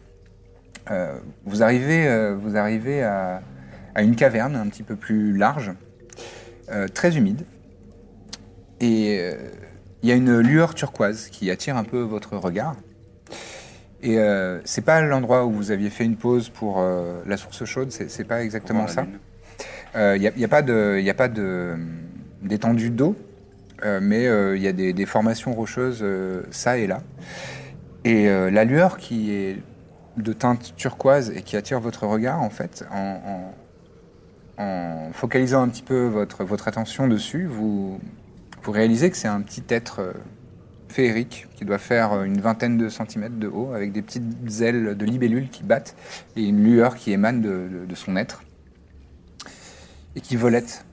[SPEAKER 1] euh, vous arrivez, euh, vous arrivez à, à une caverne un petit peu plus large, euh, très humide. Et euh, il y a une lueur turquoise qui attire un peu votre regard. Et euh, c'est pas l'endroit où vous aviez fait une pause pour euh, la source chaude, c'est c'est pas exactement Euh,
[SPEAKER 3] Voilà,
[SPEAKER 1] ça.
[SPEAKER 3] la lune.
[SPEAKER 1] Il n'y a, y a pas de, y a pas de, d'étendue d'eau, euh, mais euh, il y a des, des formations rocheuses euh, ça et là. Et euh, la lueur qui est de teinte turquoise et qui attire votre regard, en fait, en, en- en focalisant un petit peu votre, votre attention dessus, vous, vous réalisez que c'est un petit être euh, féerique qui doit faire euh, une vingtaine de centimètres de haut, avec des petites ailes de libellule qui battent et une lueur qui émane de, de- de son être et qui volette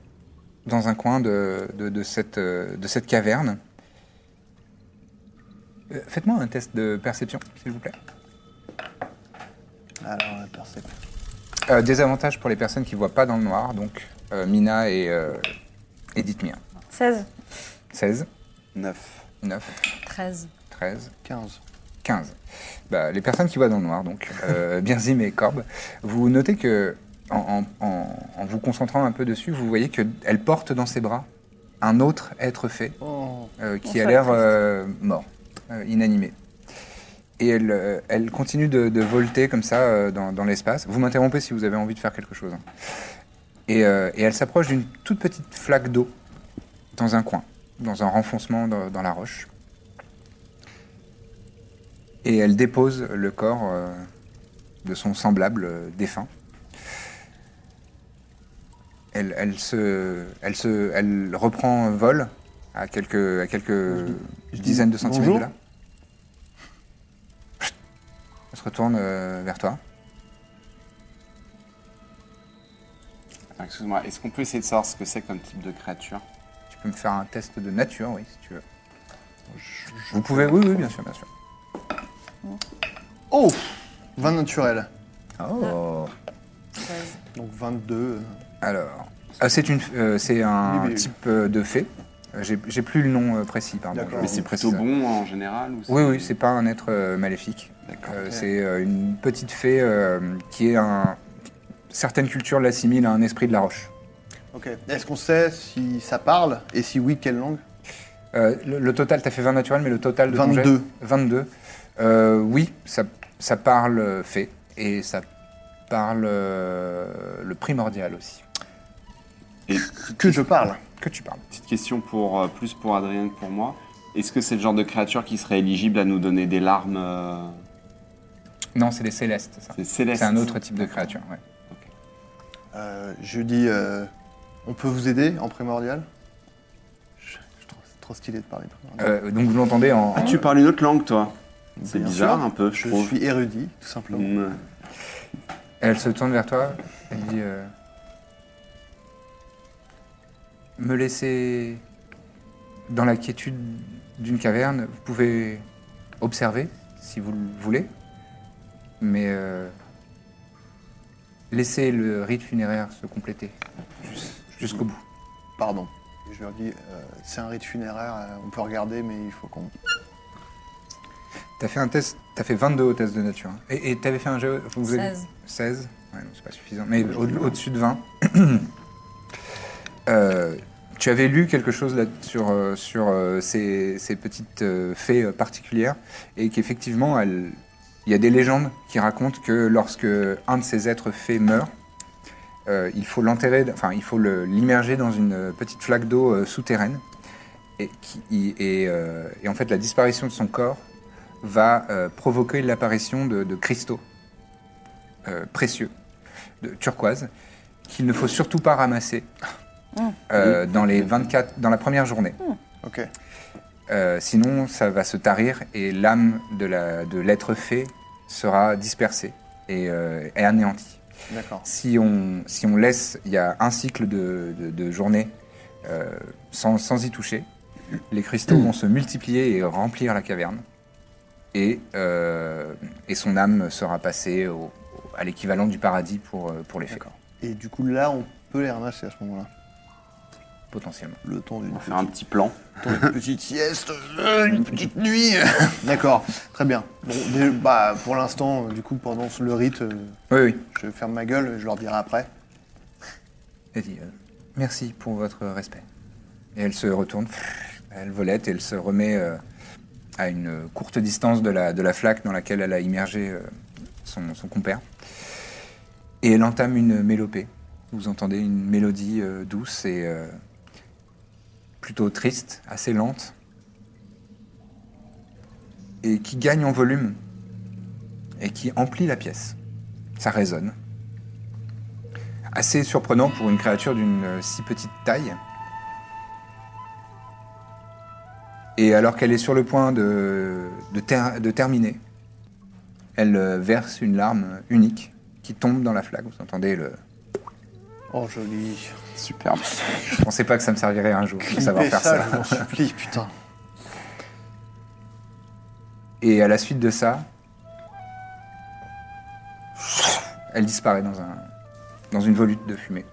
[SPEAKER 1] dans un coin de, de- de cette, euh, de cette caverne. Euh, Faites-moi un test de perception, s'il vous plaît.
[SPEAKER 2] Alors, la perception.
[SPEAKER 1] Euh, désavantage pour les personnes qui ne voient pas dans le noir, donc euh, Mina et, euh, et Dithmir.
[SPEAKER 5] 16.
[SPEAKER 1] 16,
[SPEAKER 3] 9.
[SPEAKER 1] 9,
[SPEAKER 4] 13.
[SPEAKER 1] 13,
[SPEAKER 2] 15.
[SPEAKER 1] 15. Bah, les personnes qui voient dans le noir, donc euh, Birzim et Corbe, vous notez que, en, en- en- en vous concentrant un peu dessus, vous voyez qu'elle porte dans ses bras un autre être fait
[SPEAKER 2] Oh,
[SPEAKER 1] euh, qui a
[SPEAKER 5] soit
[SPEAKER 1] l'air
[SPEAKER 5] triste.
[SPEAKER 1] euh, mort, euh, inanimé. Et elle, euh, elle continue de, de volter comme ça euh, dans, dans l'espace. Vous m'interrompez si vous avez envie de faire quelque chose. hein. Et, euh, et elle s'approche d'une toute petite flaque d'eau dans un coin, dans un renfoncement dans, dans la roche. Et elle dépose le corps euh, de son semblable euh, défunt. Elle, elle se, elle, se, elle reprend vol à quelques, à quelques
[SPEAKER 2] je dis
[SPEAKER 1] dizaines de centimètres
[SPEAKER 2] bonjour.
[SPEAKER 1] de là. Elle se retourne euh, vers toi.
[SPEAKER 3] Ah, Excuse-moi, est-ce qu'on peut essayer de savoir ce que c'est comme type de créature
[SPEAKER 1] Tu peux me faire un test de nature, oui, si tu veux. Vous pouvez, oui, oui, bien sûr, bien sûr.
[SPEAKER 2] Oh 20 naturel.
[SPEAKER 1] Oh.
[SPEAKER 2] Donc 22. euh,
[SPEAKER 1] Alors, ah, c'est une, euh, c'est un
[SPEAKER 2] Oui, mais-
[SPEAKER 1] type euh, de fée. Euh, J'ai j'ai plus le nom euh, précis, pardon.
[SPEAKER 2] D'accord.
[SPEAKER 1] je
[SPEAKER 3] Mais
[SPEAKER 1] vous
[SPEAKER 3] c'est plutôt
[SPEAKER 1] précise.
[SPEAKER 3] bon en général ou
[SPEAKER 1] Oui, oui, c'est pas un être euh, maléfique.
[SPEAKER 3] D'accord.
[SPEAKER 1] Euh, C'est euh, une petite fée euh, qui est un. Certaines cultures l'assimilent à un esprit de la roche.
[SPEAKER 2] Ok. Est-ce qu'on sait si ça parle Et si oui, quelle langue
[SPEAKER 1] Euh, le, le total, t'as fait 20 naturels, mais le total de ton jet-
[SPEAKER 2] 22.
[SPEAKER 1] 22. Euh, oui, ça, ça parle euh, fée et ça parle euh, le primordial aussi.
[SPEAKER 3] Et
[SPEAKER 2] Que je parle.
[SPEAKER 1] Que tu parles.
[SPEAKER 3] petite question pour euh, plus pour Adrien que pour moi. Est-ce que c'est le genre de créature qui serait éligible à nous donner des larmes euh,
[SPEAKER 1] Non, c'est les célestes, ça.
[SPEAKER 3] C'est céleste.
[SPEAKER 1] C'est un autre type de créature, ouais.
[SPEAKER 2] Euh, je dis, euh, on peut vous aider en primordial Je- je trouve- C'est trop stylé de parler primordial.
[SPEAKER 1] Euh, donc vous l'entendez en.
[SPEAKER 3] Ah, tu parles une autre langue, toi Euh, C'est
[SPEAKER 2] Bien
[SPEAKER 3] bizarre
[SPEAKER 2] sûr.
[SPEAKER 3] un peu, je,
[SPEAKER 2] Je
[SPEAKER 3] trouve.
[SPEAKER 2] suis érudit, tout simplement.
[SPEAKER 3] Mm.
[SPEAKER 1] Elle se tourne vers toi, elle dit euh, Me laisser dans la quiétude d'une caverne, vous pouvez observer si vous le voulez, mais euh, laissez le rite funéraire se compléter jus- jusqu'au bout.
[SPEAKER 2] Pardon. Et Je leur dis, euh, c'est un rite funéraire, euh, on peut regarder, mais il faut qu'on.
[SPEAKER 1] T'as fait un test, t'as fait 22 au test de nature. hein. Et et t'avais fait un jeu. vous avez-
[SPEAKER 4] 16.
[SPEAKER 1] 16 Ouais, non, c'est pas suffisant. Mais au- au-dessus de 20. (coughs) Euh, tu avais lu quelque chose là sur, euh, sur euh, ces, ces petites euh, fées euh, particulières et qu'effectivement, elles- il y a des légendes qui racontent que lorsque un de ces êtres fées meurt, euh, il faut l'enterrer, enfin, il faut le- l'immerger dans une petite flaque d'eau euh, souterraine. Et, qui- y- et, euh, et en fait, la disparition de son corps va euh, provoquer l'apparition de, de cristaux euh, précieux, de turquoise, qu'il ne faut surtout pas ramasser euh, dans, les 24, dans la première journée.
[SPEAKER 2] Ok.
[SPEAKER 1] Euh, sinon, ça va se tarir et l'âme de la- de l'être fée sera dispersée et, euh, et anéantie.
[SPEAKER 2] D'accord.
[SPEAKER 1] Si on, si on laisse, il y a un cycle de, de- de journée euh, sans, sans y toucher, les cristaux vont se multiplier et remplir la caverne. Et, euh, et son âme sera passée au- au- à l'équivalent du paradis pour, euh, pour les fées,
[SPEAKER 2] Et du coup, là, on peut les ramasser à ce moment-là.
[SPEAKER 1] potentiellement.
[SPEAKER 2] Le temps d'une
[SPEAKER 3] On va faire un petit plan.
[SPEAKER 2] temps d'une petite sieste, euh, une petite nuit. (laughs) D'accord, très bien. Bon, dé- bah, pour l'instant, euh, du coup, pendant le rite, euh,
[SPEAKER 1] Oui, oui.
[SPEAKER 2] je ferme ma gueule, je leur dirai après.
[SPEAKER 1] Elle dit euh, Merci pour votre respect. Et elle se retourne, elle volette et elle se remet euh, à une courte distance de la, de la flaque dans laquelle elle a immergé euh, son, son compère. Et elle entame une mélopée. Vous entendez une mélodie euh, douce et euh, plutôt triste, assez lente, et qui gagne en volume, et qui emplit la pièce. Ça résonne. Assez surprenant pour une créature d'une euh, si petite taille. Et alors qu'elle est sur le point de, de ter- de terminer, elle euh, verse une larme unique qui tombe dans la flaque. Vous entendez le...
[SPEAKER 2] Oh, joli.
[SPEAKER 3] Superbe.
[SPEAKER 1] Je pensais pas que ça me servirait un jour de savoir
[SPEAKER 2] Clipez
[SPEAKER 1] faire ça.
[SPEAKER 2] je vous en supplie, putain.
[SPEAKER 1] Et à la suite de ça, elle disparaît dans, un, dans une volute de fumée.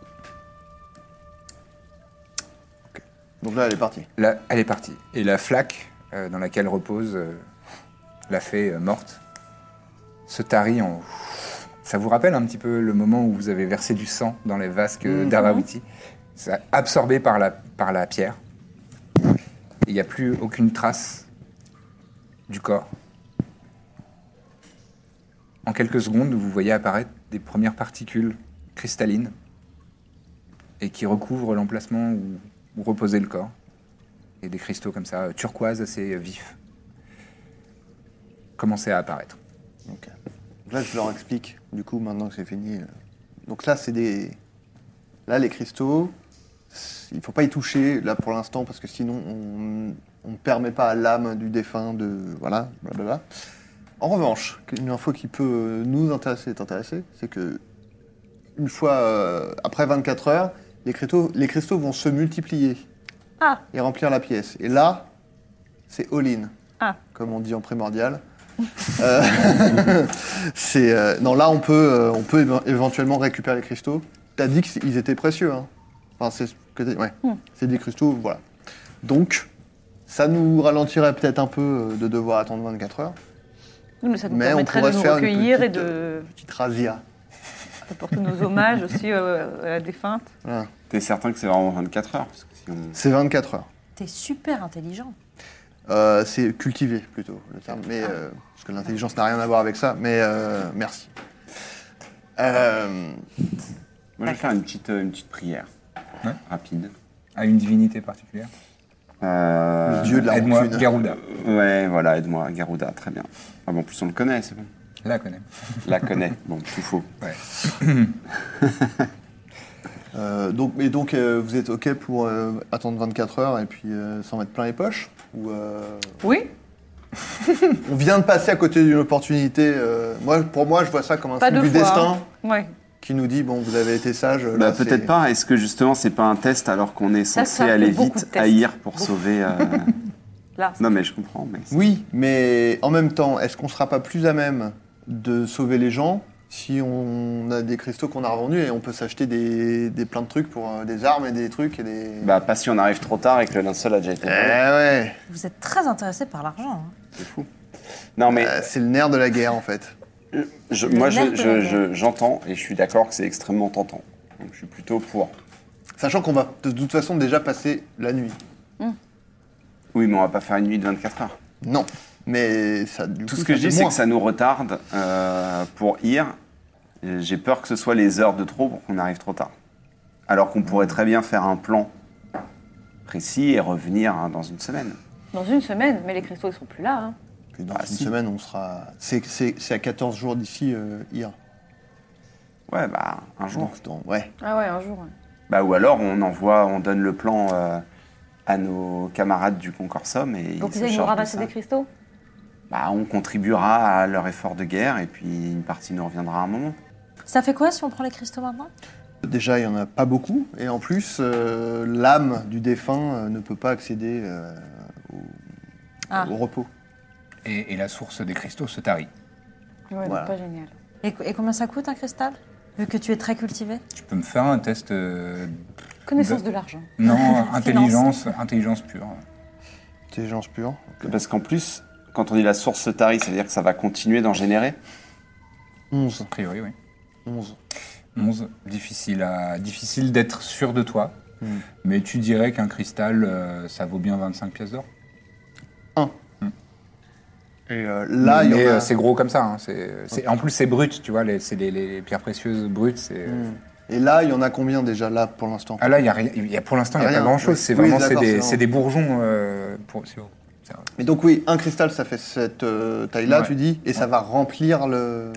[SPEAKER 2] Donc là, elle est partie.
[SPEAKER 1] Là, elle est partie. Et la flaque euh, dans laquelle repose euh, la fée euh, morte se tarit en. Ça vous rappelle un petit peu le moment où vous avez versé du sang dans les vasques euh, d'Arawiti Ça absorbé par la, par la pierre. Et Il n'y a plus aucune trace du corps. En quelques secondes, vous voyez apparaître des premières particules cristallines et qui recouvrent l'emplacement où- où reposait le corps et des cristaux comme ça, euh, turquoise assez euh, vifs, commençaient à apparaître.
[SPEAKER 2] Ok. Donc là, je leur explique, du coup, maintenant que c'est fini. euh. Donc là, c'est des. Là, les cristaux, c'est- il faut pas y toucher, là, pour l'instant, parce que sinon, on- on ne permet pas à l'âme du défunt de. Voilà, blablabla. En revanche, une info qui peut euh, nous intéresser et t'intéresser, c'est que. Une fois. euh, après 24 heures, les cristaux, les cristaux vont se multiplier.
[SPEAKER 5] Ah.
[SPEAKER 2] Et remplir la pièce. Et là, c'est all-in.
[SPEAKER 5] Ah.
[SPEAKER 2] Comme on dit en primordial. Euh, c'est euh, non là on peut euh, on peut éve- éventuellement récupérer les cristaux. T'as dit qu'ils étaient précieux. Hein. Enfin c'est ce que t'as- ouais. C'est des cristaux voilà. Donc ça nous ralentirait peut-être un peu euh, de devoir attendre 24 heures.
[SPEAKER 5] Oui, mais ça nous
[SPEAKER 2] Mais on
[SPEAKER 5] permettrait de
[SPEAKER 2] pourrait se
[SPEAKER 5] nous
[SPEAKER 2] faire une
[SPEAKER 5] recueillir
[SPEAKER 2] petite, euh,
[SPEAKER 5] et de
[SPEAKER 2] Petite razzia.
[SPEAKER 5] d'apporter nos hommages aussi euh, à la défunte.
[SPEAKER 2] Voilà.
[SPEAKER 3] T'es certain que c'est vraiment 24 heures parce que si on-
[SPEAKER 2] C'est 24 heures.
[SPEAKER 4] T'es super intelligent.
[SPEAKER 2] Euh, c'est cultivé plutôt le terme, mais euh, parce que l'intelligence n'a rien à voir avec ça. Mais euh, merci. Euh,
[SPEAKER 3] Moi, je vais faire une petite, euh, une petite prière
[SPEAKER 1] Ouais.
[SPEAKER 3] rapide.
[SPEAKER 1] À une divinité particulière
[SPEAKER 3] Euh,
[SPEAKER 2] le dieu de la
[SPEAKER 1] Aide-moi,
[SPEAKER 2] rancune.
[SPEAKER 1] Garuda.
[SPEAKER 3] Ouais, voilà, aide-moi, Garuda, très bien. Ah bon, en plus on le connaît, c'est bon.
[SPEAKER 1] La connaît.
[SPEAKER 3] La connaît. (laughs) bon, tout faux.
[SPEAKER 2] Euh, donc, mais donc, euh, vous êtes OK pour euh, attendre 24 heures et puis euh, s'en mettre plein les poches Ou, euh,
[SPEAKER 5] Oui,
[SPEAKER 2] On vient de passer à côté d'une opportunité. euh, moi, pour moi, je vois ça comme un
[SPEAKER 5] pas
[SPEAKER 2] signe
[SPEAKER 5] de
[SPEAKER 2] du
[SPEAKER 5] fois.
[SPEAKER 2] destin
[SPEAKER 5] hein. Ouais.
[SPEAKER 2] qui nous dit bon, vous avez été sage. euh,
[SPEAKER 3] Bah,
[SPEAKER 2] là, c'est-
[SPEAKER 3] peut-être pas. Est-ce que justement c'est pas un test alors qu'on est
[SPEAKER 5] Ça,
[SPEAKER 3] censé
[SPEAKER 5] ça fait
[SPEAKER 3] aller
[SPEAKER 5] beaucoup de
[SPEAKER 3] vite
[SPEAKER 5] tests.
[SPEAKER 3] haïr pour sauver euh,
[SPEAKER 5] (laughs) Là,
[SPEAKER 3] Non mais je comprends. Mais c'est-
[SPEAKER 2] Oui, mais en même temps, est-ce qu'on sera pas plus à même de sauver les gens si on a des cristaux qu'on a revendus et on peut s'acheter des, des plein de trucs pour euh, des armes et des trucs et des.
[SPEAKER 3] Bah pas si on arrive trop tard et que le linceul a déjà été.
[SPEAKER 2] Eh
[SPEAKER 3] volé.
[SPEAKER 2] ouais,
[SPEAKER 4] Vous êtes très intéressé par l'argent. hein.
[SPEAKER 3] C'est fou. Non mais
[SPEAKER 2] Euh, c'est le nerf de la guerre en fait.
[SPEAKER 3] je-
[SPEAKER 4] le
[SPEAKER 3] moi
[SPEAKER 4] nerf
[SPEAKER 3] je-
[SPEAKER 4] de
[SPEAKER 3] je-
[SPEAKER 4] la
[SPEAKER 3] je- j'entends et je suis d'accord que c'est extrêmement tentant. Donc je suis plutôt pour.
[SPEAKER 2] Sachant qu'on va de toute façon déjà passer la nuit.
[SPEAKER 3] Oui, mais on va pas faire une nuit de 24 heures.
[SPEAKER 2] Non, mais ça. Du
[SPEAKER 3] Tout
[SPEAKER 2] coup,
[SPEAKER 3] ce que
[SPEAKER 2] ça
[SPEAKER 3] je dis,
[SPEAKER 2] fait
[SPEAKER 3] c'est
[SPEAKER 2] moins.
[SPEAKER 3] que ça nous retarde euh, pour IR. Euh, J'ai peur que ce soit les heures de trop pour qu'on arrive trop tard. Alors qu'on pourrait très bien faire un plan précis et revenir hein, dans une semaine.
[SPEAKER 5] dans une semaine, mais les cristaux ils sont plus là. hein.
[SPEAKER 2] Puis dans
[SPEAKER 3] Ah,
[SPEAKER 2] une
[SPEAKER 3] si.
[SPEAKER 2] semaine, on sera. C'est- C'est c'est à 14 jours d'ici euh, hier.
[SPEAKER 3] Ouais, bah, un jour.
[SPEAKER 2] Donc, dans- Ouais.
[SPEAKER 5] Ah ouais, un jour. ouais.
[SPEAKER 3] Bah, ou alors, on envoie, on donne le plan euh, à nos camarades du Concorsum et
[SPEAKER 5] Donc ils
[SPEAKER 3] se
[SPEAKER 5] aillent nous
[SPEAKER 3] chargent de
[SPEAKER 5] ramasser
[SPEAKER 3] ça.
[SPEAKER 5] des cristaux
[SPEAKER 3] Bah, on contribuera à leur effort de guerre et puis une partie nous reviendra à un moment.
[SPEAKER 4] Ça fait quoi si on prend les cristaux maintenant
[SPEAKER 2] Déjà, il n'y en a pas beaucoup. Et en plus, euh, l'âme du défunt euh, ne peut pas accéder euh, au,
[SPEAKER 4] Ah.
[SPEAKER 2] au repos.
[SPEAKER 1] Et, et la source des cristaux se tarit.
[SPEAKER 5] Ouais,
[SPEAKER 2] Voilà.
[SPEAKER 5] donc pas génial.
[SPEAKER 4] et, co- et combien ça coûte un cristal Vu que tu es très cultivé.
[SPEAKER 1] Tu peux me faire un test. euh,
[SPEAKER 5] Connaissance
[SPEAKER 1] Bah.
[SPEAKER 5] de l'argent. (laughs)
[SPEAKER 4] (laughs)
[SPEAKER 1] non, intelligence, intelligence pure. hein.
[SPEAKER 2] Intelligence pure.
[SPEAKER 3] Parce qu'en plus, quand on dit la source se tarit, ça veut dire que ça va continuer d'en générer.
[SPEAKER 2] 11.
[SPEAKER 1] A priori, oui.
[SPEAKER 2] 11.
[SPEAKER 1] 11, difficile, à, difficile d'être sûr de toi.
[SPEAKER 2] Hmm.
[SPEAKER 1] Mais tu dirais qu'un cristal, euh, ça vaut bien 25 pièces d'or.
[SPEAKER 2] Et euh, là, il
[SPEAKER 1] Mais,
[SPEAKER 2] y en
[SPEAKER 1] euh,
[SPEAKER 2] a.
[SPEAKER 1] c'est gros comme ça. hein, c'est- c'est- En plus, c'est brut, tu vois. les- C'est les, les pierres précieuses brutes. c'est, euh,
[SPEAKER 2] Mm. Et là, il y en a combien déjà là pour l'instant
[SPEAKER 1] Ah là, il y a rien- il y a, pour l'instant, il n'y a
[SPEAKER 2] Rien,
[SPEAKER 1] pas grand-chose.
[SPEAKER 2] ouais.
[SPEAKER 1] C'est
[SPEAKER 2] Oui,
[SPEAKER 1] vraiment c'est
[SPEAKER 2] d'accord, c'est
[SPEAKER 1] des,
[SPEAKER 2] vraiment-
[SPEAKER 1] c'est des bourgeons. euh, pour, c'est- c'est-
[SPEAKER 2] Mais donc oui, un cristal, ça fait cette euh, taille-là,
[SPEAKER 1] Ouais.
[SPEAKER 2] tu dis, et ça va remplir le...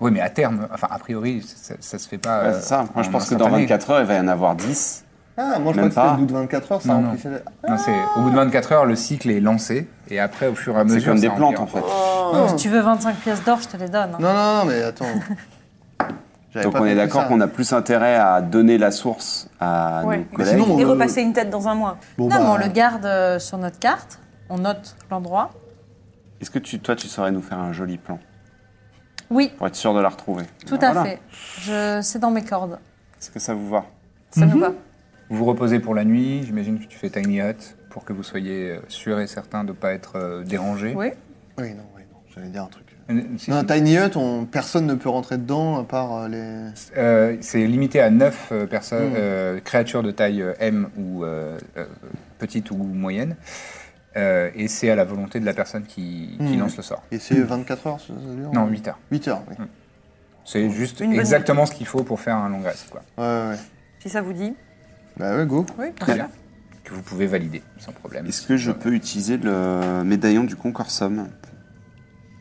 [SPEAKER 1] Oui, mais à terme, enfin, a priori, ça, ça se fait pas.
[SPEAKER 3] Ouais,
[SPEAKER 1] euh,
[SPEAKER 3] c'est ça. Moi, je
[SPEAKER 1] en
[SPEAKER 3] pense que dans
[SPEAKER 1] instantané.
[SPEAKER 3] 24 heures, il va y en avoir 10.
[SPEAKER 2] Ah, moi je
[SPEAKER 3] Même
[SPEAKER 2] crois que c'était
[SPEAKER 3] pas.
[SPEAKER 2] au bout de 24 heures, ça
[SPEAKER 1] Non, non.
[SPEAKER 2] remplissait... le-
[SPEAKER 1] Non, c'est- au bout de 24 heures, le cycle est lancé. Et après, au fur et à mesure.
[SPEAKER 3] C'est comme
[SPEAKER 1] ça
[SPEAKER 3] des plantes,
[SPEAKER 1] remplit.
[SPEAKER 3] en fait.
[SPEAKER 4] Oh. Si tu veux 25 pièces d'or, je te les donne. hein.
[SPEAKER 2] Non, non, non, mais attends.
[SPEAKER 3] (laughs)
[SPEAKER 2] J'avais
[SPEAKER 3] Donc
[SPEAKER 2] pas
[SPEAKER 3] on est
[SPEAKER 2] compris
[SPEAKER 3] d'accord
[SPEAKER 2] ça.
[SPEAKER 3] qu'on a plus intérêt à donner la source à
[SPEAKER 5] Ouais.
[SPEAKER 3] nos
[SPEAKER 2] Mais
[SPEAKER 3] collègues.
[SPEAKER 2] sinon,
[SPEAKER 5] Et
[SPEAKER 2] euh,
[SPEAKER 5] repasser une tête dans un mois.
[SPEAKER 2] bon,
[SPEAKER 4] non, mais
[SPEAKER 2] bah,
[SPEAKER 4] Oh, on le garde euh, sur notre carte. On note l'endroit.
[SPEAKER 3] Est-ce que tu, toi, tu saurais nous faire un joli plan
[SPEAKER 4] Oui,
[SPEAKER 3] pour être sûr de la retrouver
[SPEAKER 4] tout
[SPEAKER 3] Ben
[SPEAKER 4] à
[SPEAKER 3] voilà.
[SPEAKER 4] fait. Je... C'est dans mes cordes.
[SPEAKER 3] Est-ce que ça vous va
[SPEAKER 5] Ça nous va.
[SPEAKER 1] Vous vous reposez pour la nuit. J'imagine que tu fais tiny hut pour que vous soyez euh, sûr et certain de ne pas être euh, dérangé.
[SPEAKER 5] Oui.
[SPEAKER 2] Oui, non, oui, non, j'allais dire un truc.
[SPEAKER 1] Euh, si,
[SPEAKER 2] Non,
[SPEAKER 1] si.
[SPEAKER 2] Tiny Hut, on- personne ne peut rentrer dedans à part euh, les...
[SPEAKER 1] Euh, c'est limité à 9 personnes,
[SPEAKER 5] Hmm.
[SPEAKER 2] Mm.
[SPEAKER 1] euh, créatures de taille euh, M ou euh, euh, petite ou moyenne. Euh, et c'est à la volonté de la personne qui, qui
[SPEAKER 5] Hmm.
[SPEAKER 2] Mm.
[SPEAKER 1] lance le sort.
[SPEAKER 2] Et c'est 24 heures, ça, ça veut dire
[SPEAKER 1] Non, 8 heures.
[SPEAKER 2] 8 heures, oui.
[SPEAKER 1] C'est juste
[SPEAKER 5] Une bonne
[SPEAKER 1] exactement ce qu'il faut pour faire un long rest, quoi.
[SPEAKER 2] Ouais, ouais, ouais.
[SPEAKER 5] Si ça vous dit.
[SPEAKER 2] Bah ouais, go.
[SPEAKER 5] Oui,
[SPEAKER 1] Très bien. Que vous pouvez valider sans problème.
[SPEAKER 3] Est-ce que je peux utiliser le médaillon du concorsum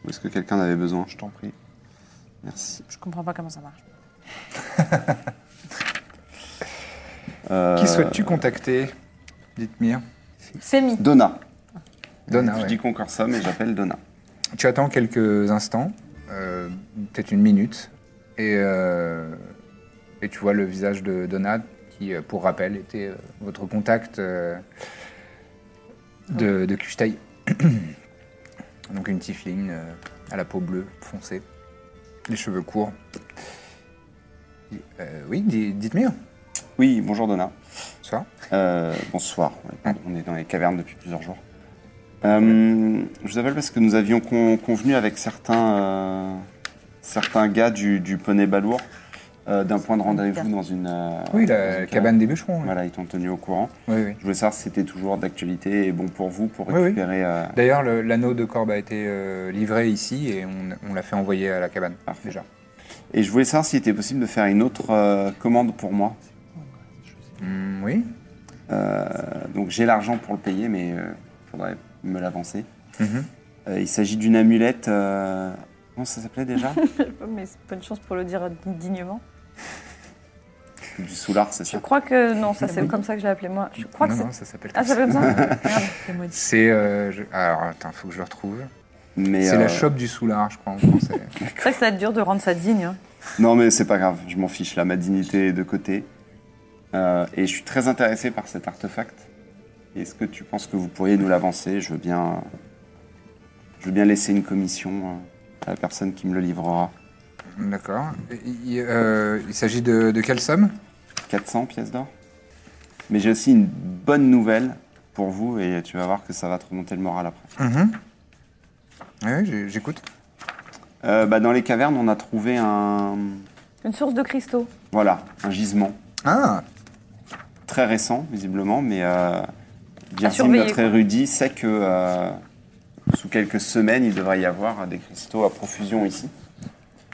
[SPEAKER 3] Ou est-ce que quelqu'un en avait besoin Je t'en prie. Merci.
[SPEAKER 4] Je comprends pas comment ça marche.
[SPEAKER 3] Euh,
[SPEAKER 1] Qui souhaites-tu contacter Dites-moi.
[SPEAKER 4] Fémi.
[SPEAKER 3] Donna.
[SPEAKER 1] Donna,
[SPEAKER 3] Je
[SPEAKER 1] ouais.
[SPEAKER 3] dis concorsum et j'appelle Donna.
[SPEAKER 1] Tu attends quelques instants, euh, peut-être une minute, et, euh, et tu vois le visage de Donna, qui, euh, pour rappel, était euh, votre contact euh, de, de Kuchtai. (coughs) Donc une tiefling euh, à la peau bleue foncée, les cheveux courts. Euh, oui, di- dites-moi.
[SPEAKER 3] Oui, bonjour Donna.
[SPEAKER 1] Bonsoir.
[SPEAKER 3] Euh, bonsoir. Ouais,
[SPEAKER 1] Ah.
[SPEAKER 3] pardon, On est dans les cavernes depuis plusieurs jours. Euh, je vous appelle parce que nous avions con- convenu avec certains, euh, certains gars du, du poney balourd euh, d'un point de rendez-vous dans une. euh,
[SPEAKER 1] Oui,
[SPEAKER 3] dans
[SPEAKER 1] la
[SPEAKER 3] une
[SPEAKER 1] cabane des bûcherons. oui.
[SPEAKER 3] Voilà, ils t'ont tenu au courant.
[SPEAKER 1] Oui, oui.
[SPEAKER 3] Je voulais savoir si c'était toujours d'actualité et bon pour vous pour
[SPEAKER 1] Oui, oui.
[SPEAKER 3] récupérer. euh,
[SPEAKER 1] D'ailleurs, le- l'anneau de corbe a été euh, livré ici et on, on l'a fait envoyer à la cabane.
[SPEAKER 3] Parfait.
[SPEAKER 1] Déjà.
[SPEAKER 3] Et je voulais savoir s'il était possible de faire une autre euh, commande pour moi.
[SPEAKER 1] Hmm, oui.
[SPEAKER 3] Euh, donc j'ai l'argent pour le payer, mais il faudrait me l'avancer.
[SPEAKER 1] Mhm.
[SPEAKER 3] Euh, il s'agit d'une amulette. euh, Comment ça
[SPEAKER 1] (laughs)
[SPEAKER 3] s'appelait déjà
[SPEAKER 5] Mais c'est pas une chance pour le dire euh, dignement.
[SPEAKER 3] Du soulard, c'est
[SPEAKER 5] Je
[SPEAKER 3] ça
[SPEAKER 5] crois que. Non, ça c'est comme ça que je l'ai appelé moi. Je crois que
[SPEAKER 1] non,
[SPEAKER 5] c'est.
[SPEAKER 1] non, ça s'appelle
[SPEAKER 5] Ah,
[SPEAKER 1] comme
[SPEAKER 5] ça
[SPEAKER 1] ça.
[SPEAKER 5] s'appelle
[SPEAKER 1] (laughs)
[SPEAKER 5] comme ça
[SPEAKER 1] C'est. euh, je- Alors, attends, faut que je le retrouve.
[SPEAKER 3] Mais,
[SPEAKER 1] C'est
[SPEAKER 3] euh,
[SPEAKER 1] la chope du soulard, je crois, en
[SPEAKER 3] (laughs)
[SPEAKER 1] français.
[SPEAKER 5] C'est vrai que ça va être dur de rendre ça digne. hein.
[SPEAKER 3] Non, mais c'est pas grave, je m'en fiche, là, ma dignité est de côté. Euh, et je suis très intéressé par cet artefact. Est-ce que tu penses que vous pourriez nous l'avancer Je veux bien. euh, Je veux bien laisser une commission euh, à la personne qui me le livrera.
[SPEAKER 1] D'accord. Il, il- euh, il s'agit de, de quelle somme
[SPEAKER 3] 400 pièces d'or Mais j'ai aussi une bonne nouvelle pour vous et tu vas voir que ça va te remonter le moral après.
[SPEAKER 1] Oui, j'ai- j'écoute.
[SPEAKER 3] Euh, bah, dans les cavernes, on a trouvé un.
[SPEAKER 5] Une source de cristaux.
[SPEAKER 3] Voilà, un gisement.
[SPEAKER 1] Ah
[SPEAKER 3] très récent, visiblement, mais euh, bien
[SPEAKER 5] À
[SPEAKER 3] sûr,
[SPEAKER 5] surveiller,
[SPEAKER 3] notre
[SPEAKER 5] quoi.
[SPEAKER 3] érudit sait que euh, sous quelques semaines, il devrait y avoir des cristaux à profusion ici.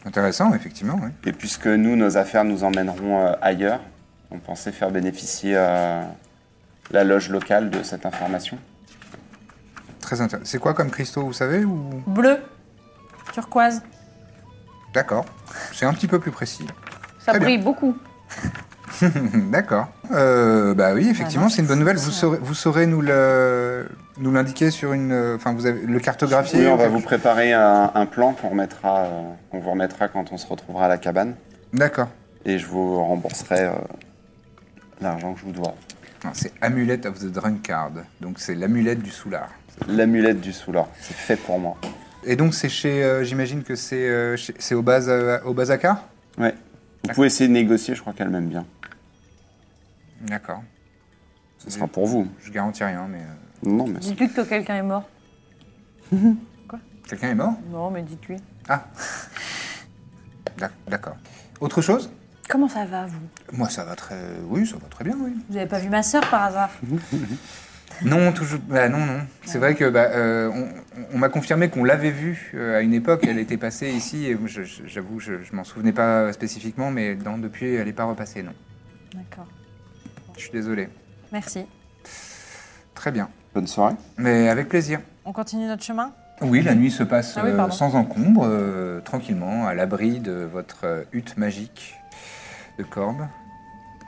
[SPEAKER 1] Intéressant, effectivement, oui.
[SPEAKER 3] Et puisque nous, nos affaires nous emmèneront euh, ailleurs, on pensait faire bénéficier euh, la loge locale de cette information.
[SPEAKER 1] Très intéressant. C'est quoi comme cristaux, vous savez ou...
[SPEAKER 4] Bleu. Turquoise.
[SPEAKER 1] D'accord. C'est un petit peu plus précis.
[SPEAKER 5] Ça
[SPEAKER 1] Très bien.
[SPEAKER 5] brille beaucoup.
[SPEAKER 1] D'accord. Euh, bah oui, effectivement,
[SPEAKER 4] Ah non,
[SPEAKER 1] c'est une bonne nouvelle.
[SPEAKER 4] c'est
[SPEAKER 1] Vous
[SPEAKER 4] ça.
[SPEAKER 1] saurez, vous saurez nous le, nous l'indiquer sur une. euh, Enfin, vous avez le cartographier.
[SPEAKER 3] Oui, on
[SPEAKER 1] ou
[SPEAKER 3] va
[SPEAKER 1] quelque
[SPEAKER 3] vous
[SPEAKER 1] chose
[SPEAKER 3] préparer un, un plan qu'on remettra, euh, qu'on vous remettra quand on se retrouvera à la cabane.
[SPEAKER 1] D'accord.
[SPEAKER 3] Et je vous rembourserai euh, l'argent que je vous dois.
[SPEAKER 1] Non, C'est Amulet of the Drunkard. Donc c'est l'amulette du soulard.
[SPEAKER 3] L'amulette du soulard, c'est fait pour moi.
[SPEAKER 1] Et donc c'est chez, euh, j'imagine que c'est euh, chez- c'est au base euh, au Bazaka
[SPEAKER 3] Ouais. Vous pouvez essayer de négocier, je crois qu'elle m'aime bien.
[SPEAKER 1] D'accord.
[SPEAKER 3] Ce sera pour vous.
[SPEAKER 1] Je garantis rien, mais euh,
[SPEAKER 3] Non, mais
[SPEAKER 5] Dites-lui que quelqu'un est mort.
[SPEAKER 1] quelqu'un est mort
[SPEAKER 5] Non, mais dites-lui.
[SPEAKER 1] Ah. D'ac- D'accord. Autre chose
[SPEAKER 5] Comment ça va, vous
[SPEAKER 1] Moi ça va très, oui ça va très bien, oui.
[SPEAKER 4] Vous avez pas vu ma sœur par hasard
[SPEAKER 1] Non, toujours. Bah non, non. C'est vrai que bah, euh, on, on m'a confirmé qu'on l'avait vue euh, à une époque. Elle était passée ici. Et je- je- j'avoue, je, je m'en souvenais pas spécifiquement, mais non, depuis, elle n'est pas repassée. Non,
[SPEAKER 4] D'accord.
[SPEAKER 1] je suis désolé.
[SPEAKER 4] Merci.
[SPEAKER 1] Très bien.
[SPEAKER 3] Bonne soirée.
[SPEAKER 1] Mais avec plaisir.
[SPEAKER 4] On continue notre chemin
[SPEAKER 1] Oui, la nuit se passe
[SPEAKER 4] Ah oui,
[SPEAKER 1] euh,
[SPEAKER 4] pardon.
[SPEAKER 1] sans encombre, euh, tranquillement, à l'abri de votre euh, hutte magique de Corbe.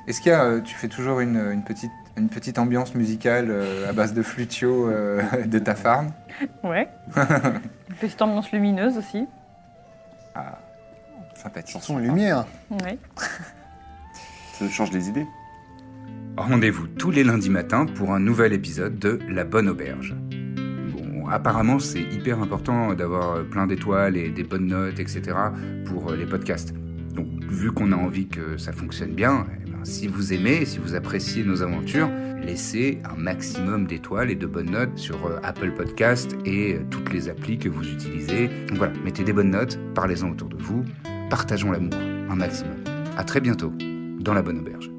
[SPEAKER 1] Est-ce qu'il y a, euh, tu fais toujours une, une petite, une petite ambiance musicale euh, à base de flutio euh, (laughs) de ta farm (laughs)
[SPEAKER 7] Ouais. Une petite ambiance lumineuse aussi.
[SPEAKER 1] Sympathique.
[SPEAKER 2] Chanson lumière.
[SPEAKER 7] Ouais.
[SPEAKER 3] Ça change les idées.
[SPEAKER 8] Rendez-vous tous les lundis matins pour un nouvel épisode de La Bonne Auberge. Bon, apparemment, c'est hyper important d'avoir plein d'étoiles et des bonnes notes, etc. pour euh, les podcasts. Donc, vu qu'on a envie que ça fonctionne bien, eh ben, si vous aimez, si vous appréciez nos aventures, laissez un maximum d'étoiles et de bonnes notes sur euh, Apple Podcast et euh, toutes les applis que vous utilisez. Donc voilà, mettez des bonnes notes, parlez-en autour de vous, partageons l'amour un maximum. À très bientôt dans La Bonne Auberge.